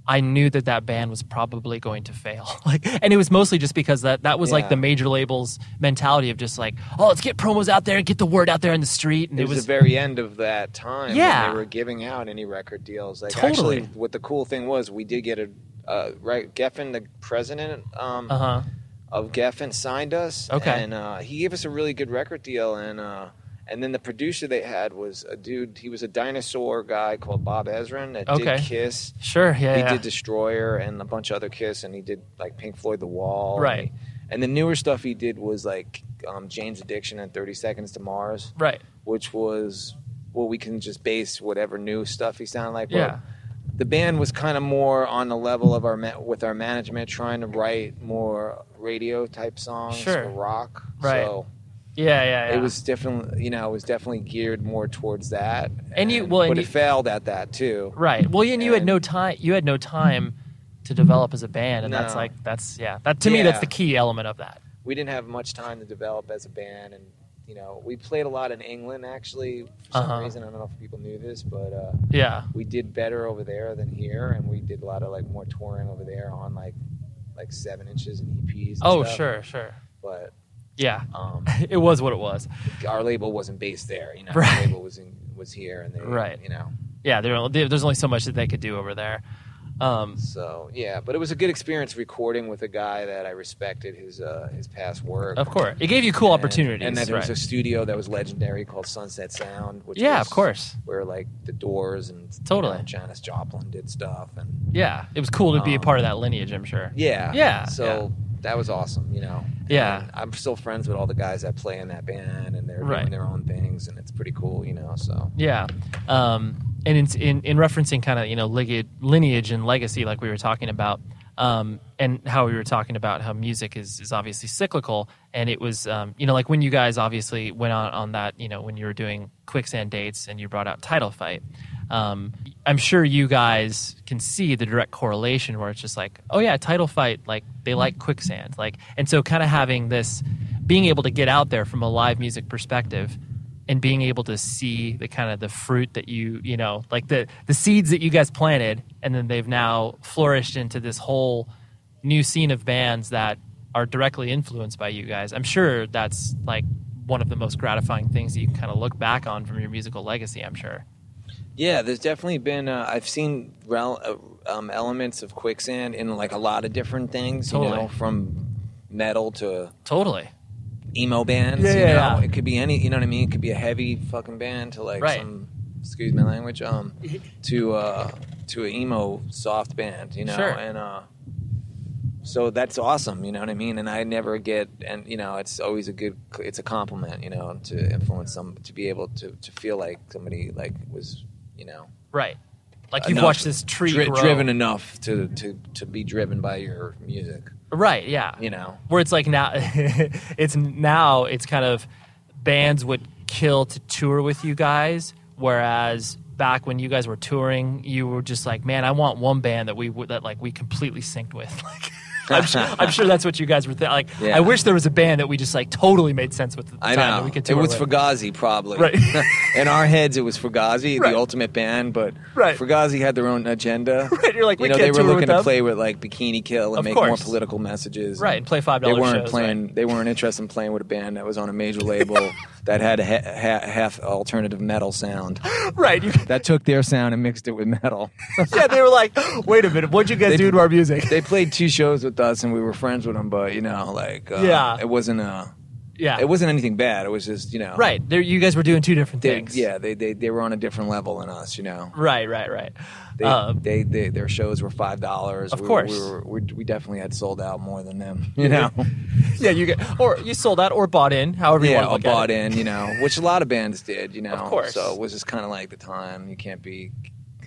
Speaker 1: I knew that that band was probably going to fail. Like, and it was mostly just because that that was like
Speaker 2: Yeah.
Speaker 1: the major labels mentality of just like, oh, let's get promos out there and get the word out there in the street. And
Speaker 2: It was the very end of that time. when
Speaker 1: Yeah.
Speaker 2: they were giving out any record deals. Like
Speaker 1: Totally.
Speaker 2: actually, what the cool thing was, we did get a uh, right. Geffen, the president um,
Speaker 1: uh huh.
Speaker 2: of Geffen, signed us.
Speaker 1: Okay.
Speaker 2: and uh, he gave us a really good record deal. And uh, and then the producer they had was a dude. He was a dinosaur guy called Bob Ezrin that
Speaker 1: Okay.
Speaker 2: did Kiss.
Speaker 1: Sure. Yeah.
Speaker 2: he
Speaker 1: yeah.
Speaker 2: did Destroyer and a bunch of other Kiss, and he did like Pink Floyd, The Wall.
Speaker 1: Right.
Speaker 2: And, and the newer stuff he did was like um, Jane's Addiction and Thirty Seconds to Mars
Speaker 1: right.
Speaker 2: which was what we can just base whatever new stuff he sounded like. But
Speaker 1: Yeah.
Speaker 2: The band was kind of more on the level of our ma- with our management, trying to write more radio type songs,
Speaker 1: Sure.
Speaker 2: for rock.
Speaker 1: Right.
Speaker 2: So
Speaker 1: Yeah. Yeah. yeah.
Speaker 2: it was definitely, you know, it was definitely geared more towards that.
Speaker 1: And you- well, and
Speaker 2: but
Speaker 1: you-
Speaker 2: it failed at that too.
Speaker 1: Right. Well, and you had
Speaker 2: And-
Speaker 1: no time. You had no time to develop as a band, and that's
Speaker 2: No.
Speaker 1: like that's yeah. That to me,
Speaker 2: Yeah.
Speaker 1: that's the key element of that.
Speaker 2: We didn't have much time to develop as a band, and you know, we played a lot in England actually. For some
Speaker 1: Uh-huh.
Speaker 2: reason, I don't know if people knew this, but. Uh,
Speaker 1: Yeah.
Speaker 2: we did better over there than here, and we did a lot of like more touring over there on like like seven inches and EPs. And
Speaker 1: Oh,
Speaker 2: stuff.
Speaker 1: sure, sure.
Speaker 2: But
Speaker 1: Yeah.
Speaker 2: um,
Speaker 1: it was what it was.
Speaker 2: our label wasn't based there. You know,
Speaker 1: Right.
Speaker 2: our label was in, was here, and they
Speaker 1: Right.
Speaker 2: you know.
Speaker 1: Yeah. There, there- there's only so much that they could do over there. Um,
Speaker 2: So yeah, but it was a good experience recording with a guy that I respected his uh, his past work.
Speaker 1: of course, it gave you cool
Speaker 2: And-
Speaker 1: opportunities.
Speaker 2: and then there
Speaker 1: right.
Speaker 2: was a studio that was legendary called Sunset Sound. Which
Speaker 1: yeah.
Speaker 2: was
Speaker 1: Of course.
Speaker 2: where like the Doors and you
Speaker 1: Totally.
Speaker 2: know, Janis Joplin did stuff, and
Speaker 1: Yeah. It was cool to be a
Speaker 2: Um,
Speaker 1: part of that lineage. I'm sure.
Speaker 2: Yeah.
Speaker 1: Yeah,
Speaker 2: So that was awesome, you know.
Speaker 1: Yeah.
Speaker 2: And I'm still friends with all the guys that play in that band and they're
Speaker 1: Right.
Speaker 2: doing their own things and it's pretty cool, you know. So
Speaker 1: Yeah. Um, and in, in, in referencing kind of, you know, lig- lineage and legacy, like we were talking about, um, and how we were talking about how music is, is obviously cyclical. And it was, um, you know, like when you guys obviously went on, on that, you know, when you were doing quicksand dates and you brought out title fight, um, I'm sure you guys can see the direct correlation where it's just like, oh yeah, title fight, like they like quicksand. Like, and so kind of having this, being able to get out there from a live music perspective and being able to see the kind of the fruit that you you know like the the seeds that you guys planted and then they've now flourished into this whole new scene of bands that are directly influenced by you guys i'm sure that's like one of the most gratifying things that you can kind of look back on from your musical legacy i'm sure
Speaker 2: yeah, there's definitely been uh, I've seen rel- uh, um, elements of quicksand in like a lot of different things, you
Speaker 1: Totally.
Speaker 2: know, from metal to
Speaker 1: totally
Speaker 2: emo bands,
Speaker 1: Yeah,
Speaker 2: you
Speaker 1: yeah,
Speaker 2: know.
Speaker 1: yeah.
Speaker 2: It could be any, you know what I mean? It could be a heavy fucking band to like
Speaker 1: Right.
Speaker 2: some excuse my language, um to uh to an emo soft band, you know.
Speaker 1: Sure.
Speaker 2: And uh so that's awesome, you know what I mean? And I never get and you know, it's always a good it's a compliment, you know, to influence some to be able to to feel like somebody like was, you know,
Speaker 1: right like you've
Speaker 2: enough-
Speaker 1: watched this tree
Speaker 2: Uh, dri-
Speaker 1: grow.
Speaker 2: driven enough to to to be driven by your music,
Speaker 1: right yeah
Speaker 2: you know.
Speaker 1: where it's like now it's now it's kind of bands would kill to tour with you guys whereas back when you guys were touring you were just like man i want one band that we would that like we completely synced with like I'm sure, I'm sure that's what you guys were thinking. Like,
Speaker 2: Yeah.
Speaker 1: I wish there was a band that we just like totally made sense with at the
Speaker 2: I
Speaker 1: time
Speaker 2: know.
Speaker 1: that we could
Speaker 2: it
Speaker 1: tour
Speaker 2: was
Speaker 1: with.
Speaker 2: Fugazi, probably.
Speaker 1: Right.
Speaker 2: In our heads, it was Fugazi,
Speaker 1: Right.
Speaker 2: the ultimate band, but
Speaker 1: Right.
Speaker 2: Fugazi had their own agenda.
Speaker 1: Right, you're like,
Speaker 2: you
Speaker 1: we
Speaker 2: know,
Speaker 1: can't
Speaker 2: they were
Speaker 1: tour with
Speaker 2: looking to
Speaker 1: them.
Speaker 2: play with like Bikini Kill and
Speaker 1: Of
Speaker 2: make more
Speaker 1: course.
Speaker 2: political messages.
Speaker 1: Right, and play $5
Speaker 2: They weren't
Speaker 1: shows,
Speaker 2: playing. They weren't interested in playing with a band that was on a major label that had a ha- ha- half alternative metal sound.
Speaker 1: right. You,
Speaker 2: That took their sound and mixed it with metal.
Speaker 1: yeah, they were like, wait a minute, what'd you guys
Speaker 2: They-
Speaker 1: do to our music?
Speaker 2: they played two shows with us, and we were friends with them, but you know, like, uh,
Speaker 1: Yeah.
Speaker 2: it wasn't a,
Speaker 1: yeah,
Speaker 2: it wasn't anything bad. It was just you know,
Speaker 1: right. There, you guys were doing two different
Speaker 2: They,
Speaker 1: things.
Speaker 2: yeah, they, they they were on a different level than us, you know.
Speaker 1: right, right, right.
Speaker 2: They,
Speaker 1: Um,
Speaker 2: they, they their shows were five dollars.
Speaker 1: Of
Speaker 2: we,
Speaker 1: course.
Speaker 2: we, were, we, we definitely had sold out more than them, you know.
Speaker 1: yeah, you get or you sold out or bought in, however you
Speaker 2: yeah,
Speaker 1: want to
Speaker 2: all
Speaker 1: look
Speaker 2: bought
Speaker 1: at it.
Speaker 2: in, you know, which a lot of bands did, you know.
Speaker 1: Of course.
Speaker 2: So it was just kind of like the time you can't be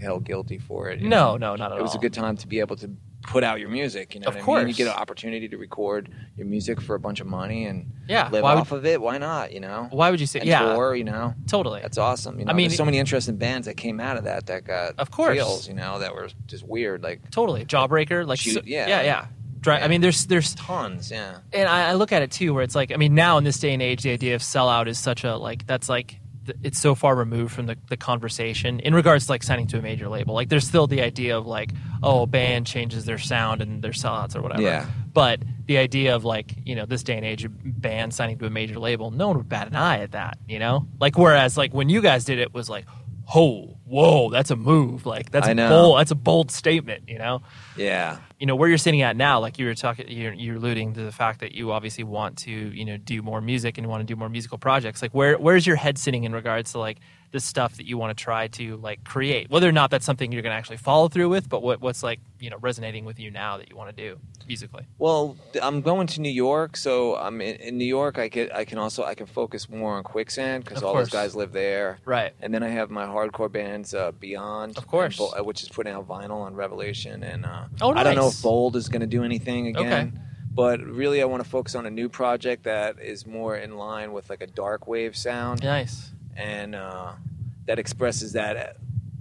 Speaker 2: held guilty for it. you
Speaker 1: No, no, not at all.
Speaker 2: it was a good time to be able to put out your music. You know,
Speaker 1: Of
Speaker 2: what I mean?
Speaker 1: course.
Speaker 2: you get an opportunity to record your music for a bunch of money and
Speaker 1: Yeah,
Speaker 2: live
Speaker 1: why would-
Speaker 2: off of it. Why not? You know,
Speaker 1: Why would you say?
Speaker 2: and
Speaker 1: Yeah,
Speaker 2: tour. You know,
Speaker 1: totally.
Speaker 2: that's awesome. You know,
Speaker 1: I mean-
Speaker 2: there's so many interesting bands that came out of that that got
Speaker 1: Of course.
Speaker 2: deals. You know, that were just weird, like
Speaker 1: totally. Jawbreaker, like
Speaker 2: Shoot,
Speaker 1: so-
Speaker 2: yeah.
Speaker 1: yeah, yeah. Dri- I
Speaker 2: Yeah.
Speaker 1: mean, there's there's
Speaker 2: tons. Yeah,
Speaker 1: and I, I look at it too, where it's like, I mean, now in this day and age, the idea of sellout is such a like that's like th- it's so far removed from the, the conversation in regards to like signing to a major label. Like, there's still the idea of like, oh, a band changes their sound and their sellouts or whatever.
Speaker 2: Yeah.
Speaker 1: But the idea of like, you know, this day and age, a band signing to a major label, no one would bat an eye at that, you know. Like, whereas like when you guys did it was like, oh, whoa, that's a move. Like that's
Speaker 2: I
Speaker 1: a
Speaker 2: know.
Speaker 1: bold, that's a bold statement, you know
Speaker 2: yeah.
Speaker 1: you know where you're sitting at now like you were talking you're, you're alluding to the fact that you obviously want to you know do more music and want to do more musical projects like where where's your head sitting in regards to like the stuff that you want to try to like create whether or not that's something you're going to actually follow through with but what what's like you know resonating with you now that you want to do musically
Speaker 2: Well, th- I'm going to New York, so I'm in, in New York. I get, I can also, I can focus more on Quicksand because
Speaker 1: Of
Speaker 2: all
Speaker 1: course.
Speaker 2: those guys live there.
Speaker 1: right
Speaker 2: And then I have my hardcore bands, uh, Beyond,
Speaker 1: Of course.
Speaker 2: and Bo- uh, which is putting out vinyl on Revelation. And uh,
Speaker 1: Oh,
Speaker 2: I don't know
Speaker 1: nice.
Speaker 2: if Bold is going to do anything again,
Speaker 1: Okay.
Speaker 2: but really, I want to focus on a new project that is more in line with like a dark wave sound
Speaker 1: nice
Speaker 2: and uh, that expresses that uh,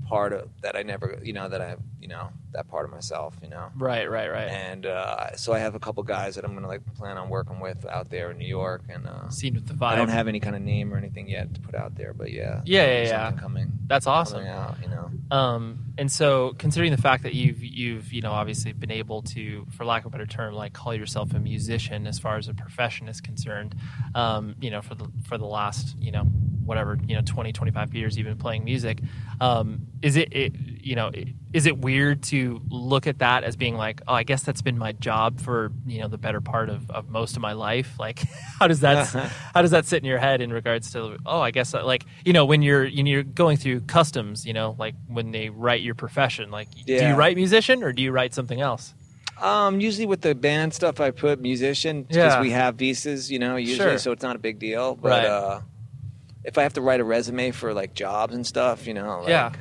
Speaker 2: part of that I never, you know, that I, you know, that part of myself, you know.
Speaker 1: right right right
Speaker 2: And uh, so I have a couple guys that I'm going to like plan on working with out there in New York, and uh,
Speaker 1: seen with the vibe
Speaker 2: I don't have any kind of name or anything yet to put out there, but yeah,
Speaker 1: Yeah, yeah,
Speaker 2: something
Speaker 1: yeah.
Speaker 2: coming.
Speaker 1: that's awesome
Speaker 2: Coming out, you know.
Speaker 1: Um, and so, considering the fact that you've you've you know obviously been able to, for lack of a better term, like call yourself a musician as far as a profession is concerned, um, you know for the for the last you know whatever you know 20 25 years you've been playing music um, is it, it you know i- is it weird to look at that as being like oh i guess that's been my job for you know the better part of, of most of my life like how does that how does that sit in your head in regards to oh i guess that, like you know when you're when you're going through customs you know like when they write your profession like do you
Speaker 2: Yeah.
Speaker 1: write musician or do you write something else
Speaker 2: Um, usually with the band stuff, I put musician because
Speaker 1: Yeah.
Speaker 2: we have visas, you know, usually,
Speaker 1: Sure.
Speaker 2: so it's not a big deal. But
Speaker 1: Right.
Speaker 2: uh, if I have to write a resume for like jobs and stuff, you know, like,
Speaker 1: Yeah.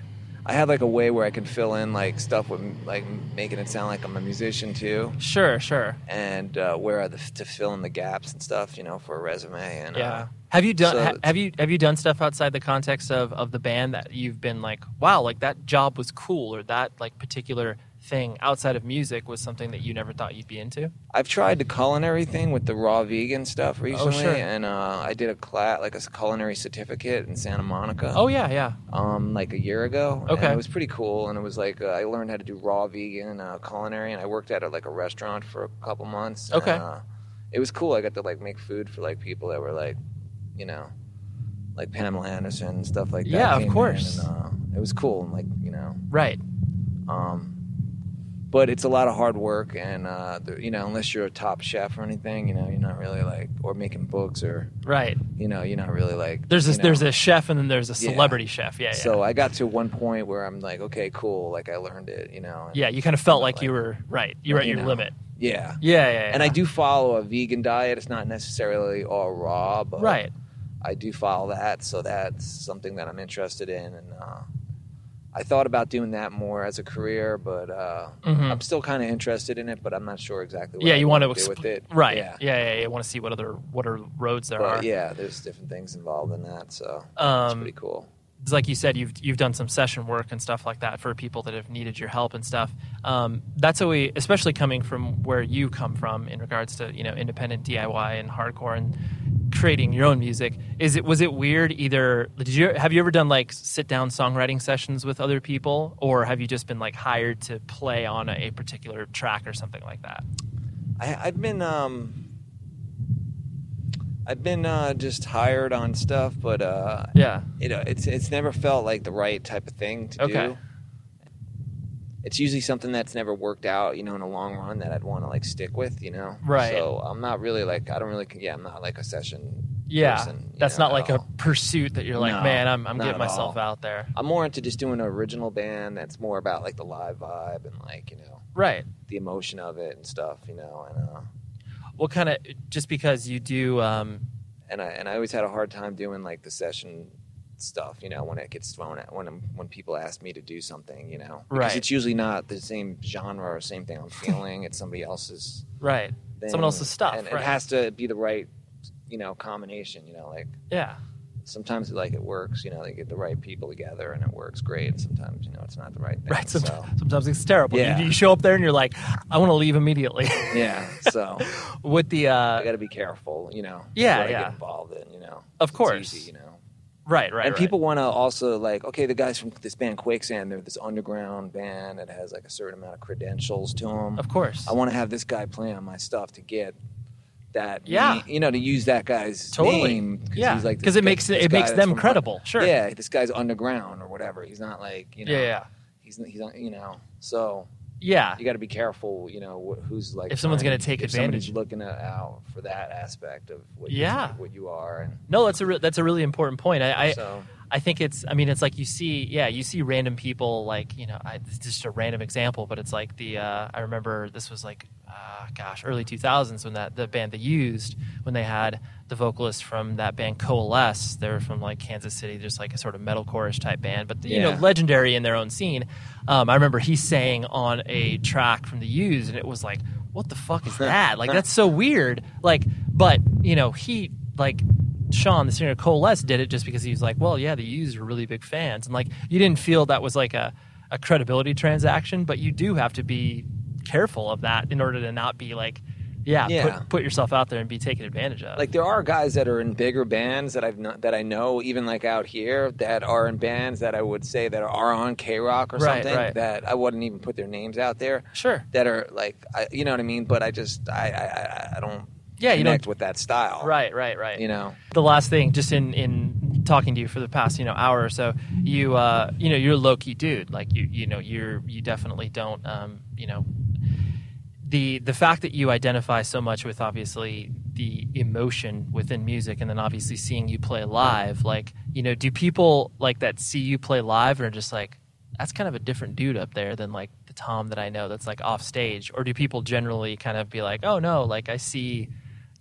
Speaker 2: I have like a way where I can fill in like stuff with like making it sound like I'm a musician too,
Speaker 1: sure sure
Speaker 2: and uh, where are the to fill in the gaps and stuff, you know, for a resume. And
Speaker 1: yeah
Speaker 2: uh,
Speaker 1: have you done
Speaker 2: so
Speaker 1: ha-
Speaker 2: it's-
Speaker 1: have you have you done stuff outside the context of of the band that you've been like wow like that job was cool or that like particular thing outside of music was something that you never thought you'd be into
Speaker 2: I've tried the culinary thing with the raw vegan stuff recently,
Speaker 1: Oh, sure.
Speaker 2: and uh, I did a class like a culinary certificate in Santa Monica.
Speaker 1: oh yeah yeah
Speaker 2: um, like a year ago.
Speaker 1: Okay.
Speaker 2: and it was pretty cool, and it was like uh, I learned how to do raw vegan uh, culinary, and I worked at a, like a restaurant for a couple months. and,
Speaker 1: Okay.
Speaker 2: uh, it was cool. I got to like make food for like people that were like, you know, like Pamela Anderson and stuff like that.
Speaker 1: Yeah, of
Speaker 2: came in,
Speaker 1: course.
Speaker 2: and, uh, it was cool, and like you know,
Speaker 1: right
Speaker 2: um, but it's a lot of hard work, and uh, the, you know, unless you're a top chef or anything, you know, you're not really like or making books or
Speaker 1: right
Speaker 2: you know, you're not really like
Speaker 1: there's
Speaker 2: you
Speaker 1: this there's
Speaker 2: know.
Speaker 1: a chef and then there's a
Speaker 2: Yeah.
Speaker 1: celebrity chef yeah yeah
Speaker 2: So I got to one point where I'm like, okay, cool, like I learned it, you know. and-
Speaker 1: Yeah, you kind of felt
Speaker 2: Like-
Speaker 1: like you were right. You were at
Speaker 2: You
Speaker 1: your
Speaker 2: know.
Speaker 1: limit.
Speaker 2: yeah.
Speaker 1: Yeah, yeah, yeah.
Speaker 2: And I do follow a vegan diet. It's not necessarily all raw, but
Speaker 1: Right.
Speaker 2: I do follow that, so that's something that I'm interested in. And uh, I thought about doing that more as a career, but uh,
Speaker 1: Mhm.
Speaker 2: I'm still kind of interested in it, but I'm not sure exactly. what
Speaker 1: Yeah,
Speaker 2: I
Speaker 1: you want to
Speaker 2: do
Speaker 1: exp-
Speaker 2: with it,
Speaker 1: Right. Yeah,
Speaker 2: Yeah.
Speaker 1: yeah, yeah. You want to see what other what are roads there
Speaker 2: But
Speaker 1: are.
Speaker 2: yeah, there's different things involved in that, so it's
Speaker 1: Um,
Speaker 2: pretty cool.
Speaker 1: it's like you said, you've you've done some session work and stuff like that for people that have needed your help and stuff. Um, that's always, especially coming from where you come from in regards to you know independent DIY and hardcore and creating your own music. Is it was it weird either? Did you have you ever done like sit down songwriting sessions with other people, or have you just been like hired to play on a, a particular track or something like that?
Speaker 2: I, I've been um, I've been uh, just hired on stuff, but uh,
Speaker 1: Yeah.
Speaker 2: you know, it's it's never felt like the right type of thing to
Speaker 1: Okay.
Speaker 2: do. It's usually something that's never worked out, you know, in the long run that I'd want to like stick with, you know.
Speaker 1: Right.
Speaker 2: So I'm not really like I don't really yeah I'm not like a session.
Speaker 1: Yeah,
Speaker 2: person, you
Speaker 1: that's
Speaker 2: know,
Speaker 1: not
Speaker 2: at
Speaker 1: like a
Speaker 2: all.
Speaker 1: pursuit that you're like,
Speaker 2: No,
Speaker 1: man, I'm I'm
Speaker 2: not
Speaker 1: getting
Speaker 2: at
Speaker 1: myself
Speaker 2: all.
Speaker 1: out there.
Speaker 2: I'm more into just doing an original band that's more about like the live vibe and like you know
Speaker 1: Right.
Speaker 2: the emotion of it and stuff, you know, and uh,
Speaker 1: What kind of just because you do um
Speaker 2: and I and I always had a hard time doing like the session stuff. You know, when it gets thrown at when I'm, when people ask me to do something. You know, Because
Speaker 1: Right.
Speaker 2: It's usually not the same genre or same thing I'm feeling. it's somebody else's.
Speaker 1: Right.
Speaker 2: Thing.
Speaker 1: Someone else's stuff.
Speaker 2: And
Speaker 1: right.
Speaker 2: it has to be the right, you know, combination. You know, like
Speaker 1: yeah.
Speaker 2: sometimes like it works. You know, they get the right people together and it works great. And sometimes you know it's not the right thing.
Speaker 1: Right.
Speaker 2: So,
Speaker 1: Some, Sometimes it's terrible. You-
Speaker 2: Yeah.
Speaker 1: You, show up there and you're like, I want to leave immediately.
Speaker 2: yeah. So
Speaker 1: With the
Speaker 2: I
Speaker 1: uh,
Speaker 2: got to be careful. You know.
Speaker 1: Yeah,
Speaker 2: What I
Speaker 1: yeah.
Speaker 2: get involved in. You know.
Speaker 1: Of
Speaker 2: It's
Speaker 1: course.
Speaker 2: easy, you know.
Speaker 1: right, right,
Speaker 2: and
Speaker 1: right.
Speaker 2: people want to also like okay the guys from this band quakesand they're this underground band that has like a certain amount of credentials to them
Speaker 1: Of course.
Speaker 2: i want to have this guy play on my stuff to get that
Speaker 1: Yeah.
Speaker 2: you know to use that guy's
Speaker 1: Totally.
Speaker 2: name 'cause
Speaker 1: Yeah.
Speaker 2: he's, like, this
Speaker 1: 'Cause it
Speaker 2: guy-
Speaker 1: makes-
Speaker 2: this
Speaker 1: it
Speaker 2: guy
Speaker 1: makes
Speaker 2: that's
Speaker 1: them
Speaker 2: from-
Speaker 1: credible. Sure.
Speaker 2: yeah this guy's underground or whatever he's not like you know
Speaker 1: yeah, yeah.
Speaker 2: he's he's not you know so
Speaker 1: Yeah.
Speaker 2: you got to be careful you know wh- who's like
Speaker 1: If someone's
Speaker 2: trying-
Speaker 1: gonna take
Speaker 2: if somebody's
Speaker 1: advantage.
Speaker 2: looking out for that aspect of what
Speaker 1: Yeah.
Speaker 2: you, what you are and
Speaker 1: No, that's a re- that's a really important point. I, I
Speaker 2: so
Speaker 1: I think it's I mean it's like you see yeah you see random people like you know I, this is just a random example but it's like the uh, I remember this was like uh, gosh early 2000s when that the band they used when they had the vocalist from that band Coalesce they were from like Kansas City just like a sort of metalcore-ish type band but you know
Speaker 2: Yeah.
Speaker 1: legendary in their own scene um, I remember he sang on a track from the used and it was like what the fuck is that like that's so weird like but you know he like Sean, the singer Coalesce, did it just because he was like, well, yeah, the U's were really big fans. And like, you didn't feel that was like a, a credibility transaction, but you do have to be careful of that in order to not be like, yeah,
Speaker 2: Yeah.
Speaker 1: Put, put yourself out there and be taken advantage of.
Speaker 2: like there are guys that are in bigger bands that I've not, that I know even like out here that are in bands that I would say that are on K Rock or
Speaker 1: Right,
Speaker 2: something
Speaker 1: right.
Speaker 2: that I wouldn't even put their names out there
Speaker 1: sure.
Speaker 2: that are like I, you know what I mean but I just I I, I, I don't
Speaker 1: Yeah, you
Speaker 2: connect
Speaker 1: don't.
Speaker 2: with that style
Speaker 1: Right, right, right.
Speaker 2: you know
Speaker 1: the last thing just in in talking to you for the past you know hour or so you uh you know you're a low-key dude like you you know you're you definitely don't um you know the the fact that you identify so much with obviously the emotion within music and then obviously seeing you play live like you know do people like that see you play live and are just like that's kind of a different dude up there than like the tom that i know that's like off stage or do people generally kind of be like oh no like i see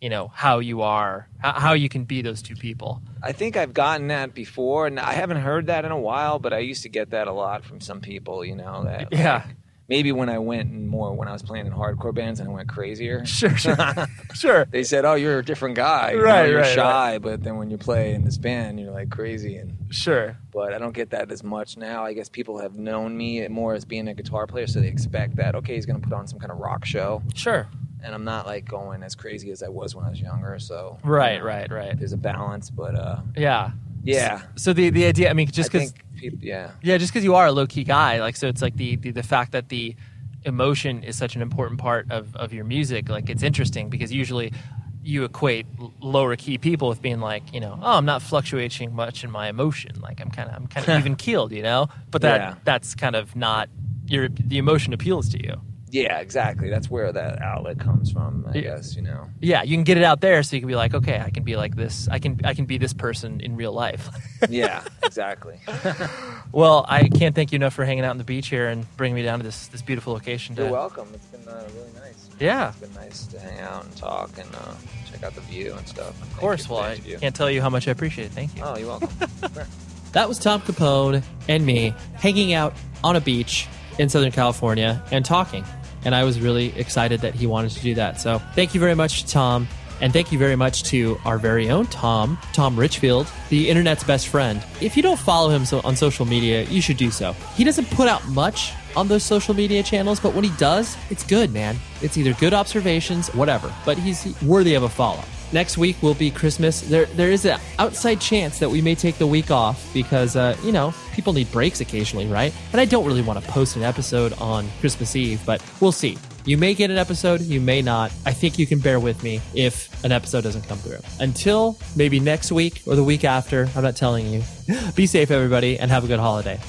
Speaker 1: you know how you are how, how you can be those two people
Speaker 2: I think I've gotten that before and I haven't heard that in a while but I used to get that a lot from some people you know that
Speaker 1: yeah
Speaker 2: maybe when I went and more when I was playing in hardcore bands and I went crazier
Speaker 1: sure sure sure
Speaker 2: they said, "Oh, you're a different guy. You
Speaker 1: Right,
Speaker 2: know, you're
Speaker 1: right,
Speaker 2: shy." But then when you play in this band, you're like crazy. And
Speaker 1: sure
Speaker 2: but I don't get that as much now. I guess people have known me more as being a guitar player, so they expect that. Okay, he's going to put on some kind of rock show,
Speaker 1: sure
Speaker 2: and I'm not like going as crazy as I was when I was younger. So
Speaker 1: right right right
Speaker 2: there's a balance, but uh,
Speaker 1: yeah
Speaker 2: yeah,
Speaker 1: so the the idea i mean just
Speaker 2: I
Speaker 1: because
Speaker 2: think peop- yeah,
Speaker 1: Yeah, just because you are a low key guy, like so, it's like the, the the fact that the emotion is such an important part of of your music. Like it's interesting because usually you equate l- lower key people with being like, you know, oh, I'm not fluctuating much in my emotion. Like I'm kind of I'm kind of even keeled, you know. But that
Speaker 2: Yeah.
Speaker 1: that's kind of not your the emotion appeals to you.
Speaker 2: yeah, exactly. That's where that outlet comes from. I
Speaker 1: Yeah.
Speaker 2: guess you know.
Speaker 1: Yeah, you can get it out there, so you can be like, okay, I can be like this. I can I can be this person in real life.
Speaker 2: Yeah, exactly.
Speaker 1: well, I can't thank you enough for hanging out on the beach here and bringing me down to this this beautiful location. To,
Speaker 2: You're welcome. It's been uh, really nice.
Speaker 1: Yeah.
Speaker 2: It's been nice to hang out and talk and uh, check out the view and stuff.
Speaker 1: Of course. Well, I can't tell you how much I appreciate it. Thank you.
Speaker 2: Oh, you're welcome. Sure.
Speaker 3: That was Tom Capone and me hanging out on a beach in Southern California and talking. And I was really excited that he wanted to do that. So thank you very much, Tom. And thank you very much to our very own Tom, Tom Richfield, the internet's best friend. If you don't follow him so- on social media, you should do so. He doesn't put out much on those social media channels, but when he does, it's good, man. It's either good observations, whatever, but he's worthy of a follow. Next week will be Christmas. There, there is an outside chance that we may take the week off because, uh, you know, people need breaks occasionally, right? And I don't really want to post an episode on Christmas Eve, but we'll see. You may get an episode, you may not. I think you can bear with me if an episode doesn't come through. Until maybe next week or the week after, I'm not telling you. be safe, everybody, and have a good holiday.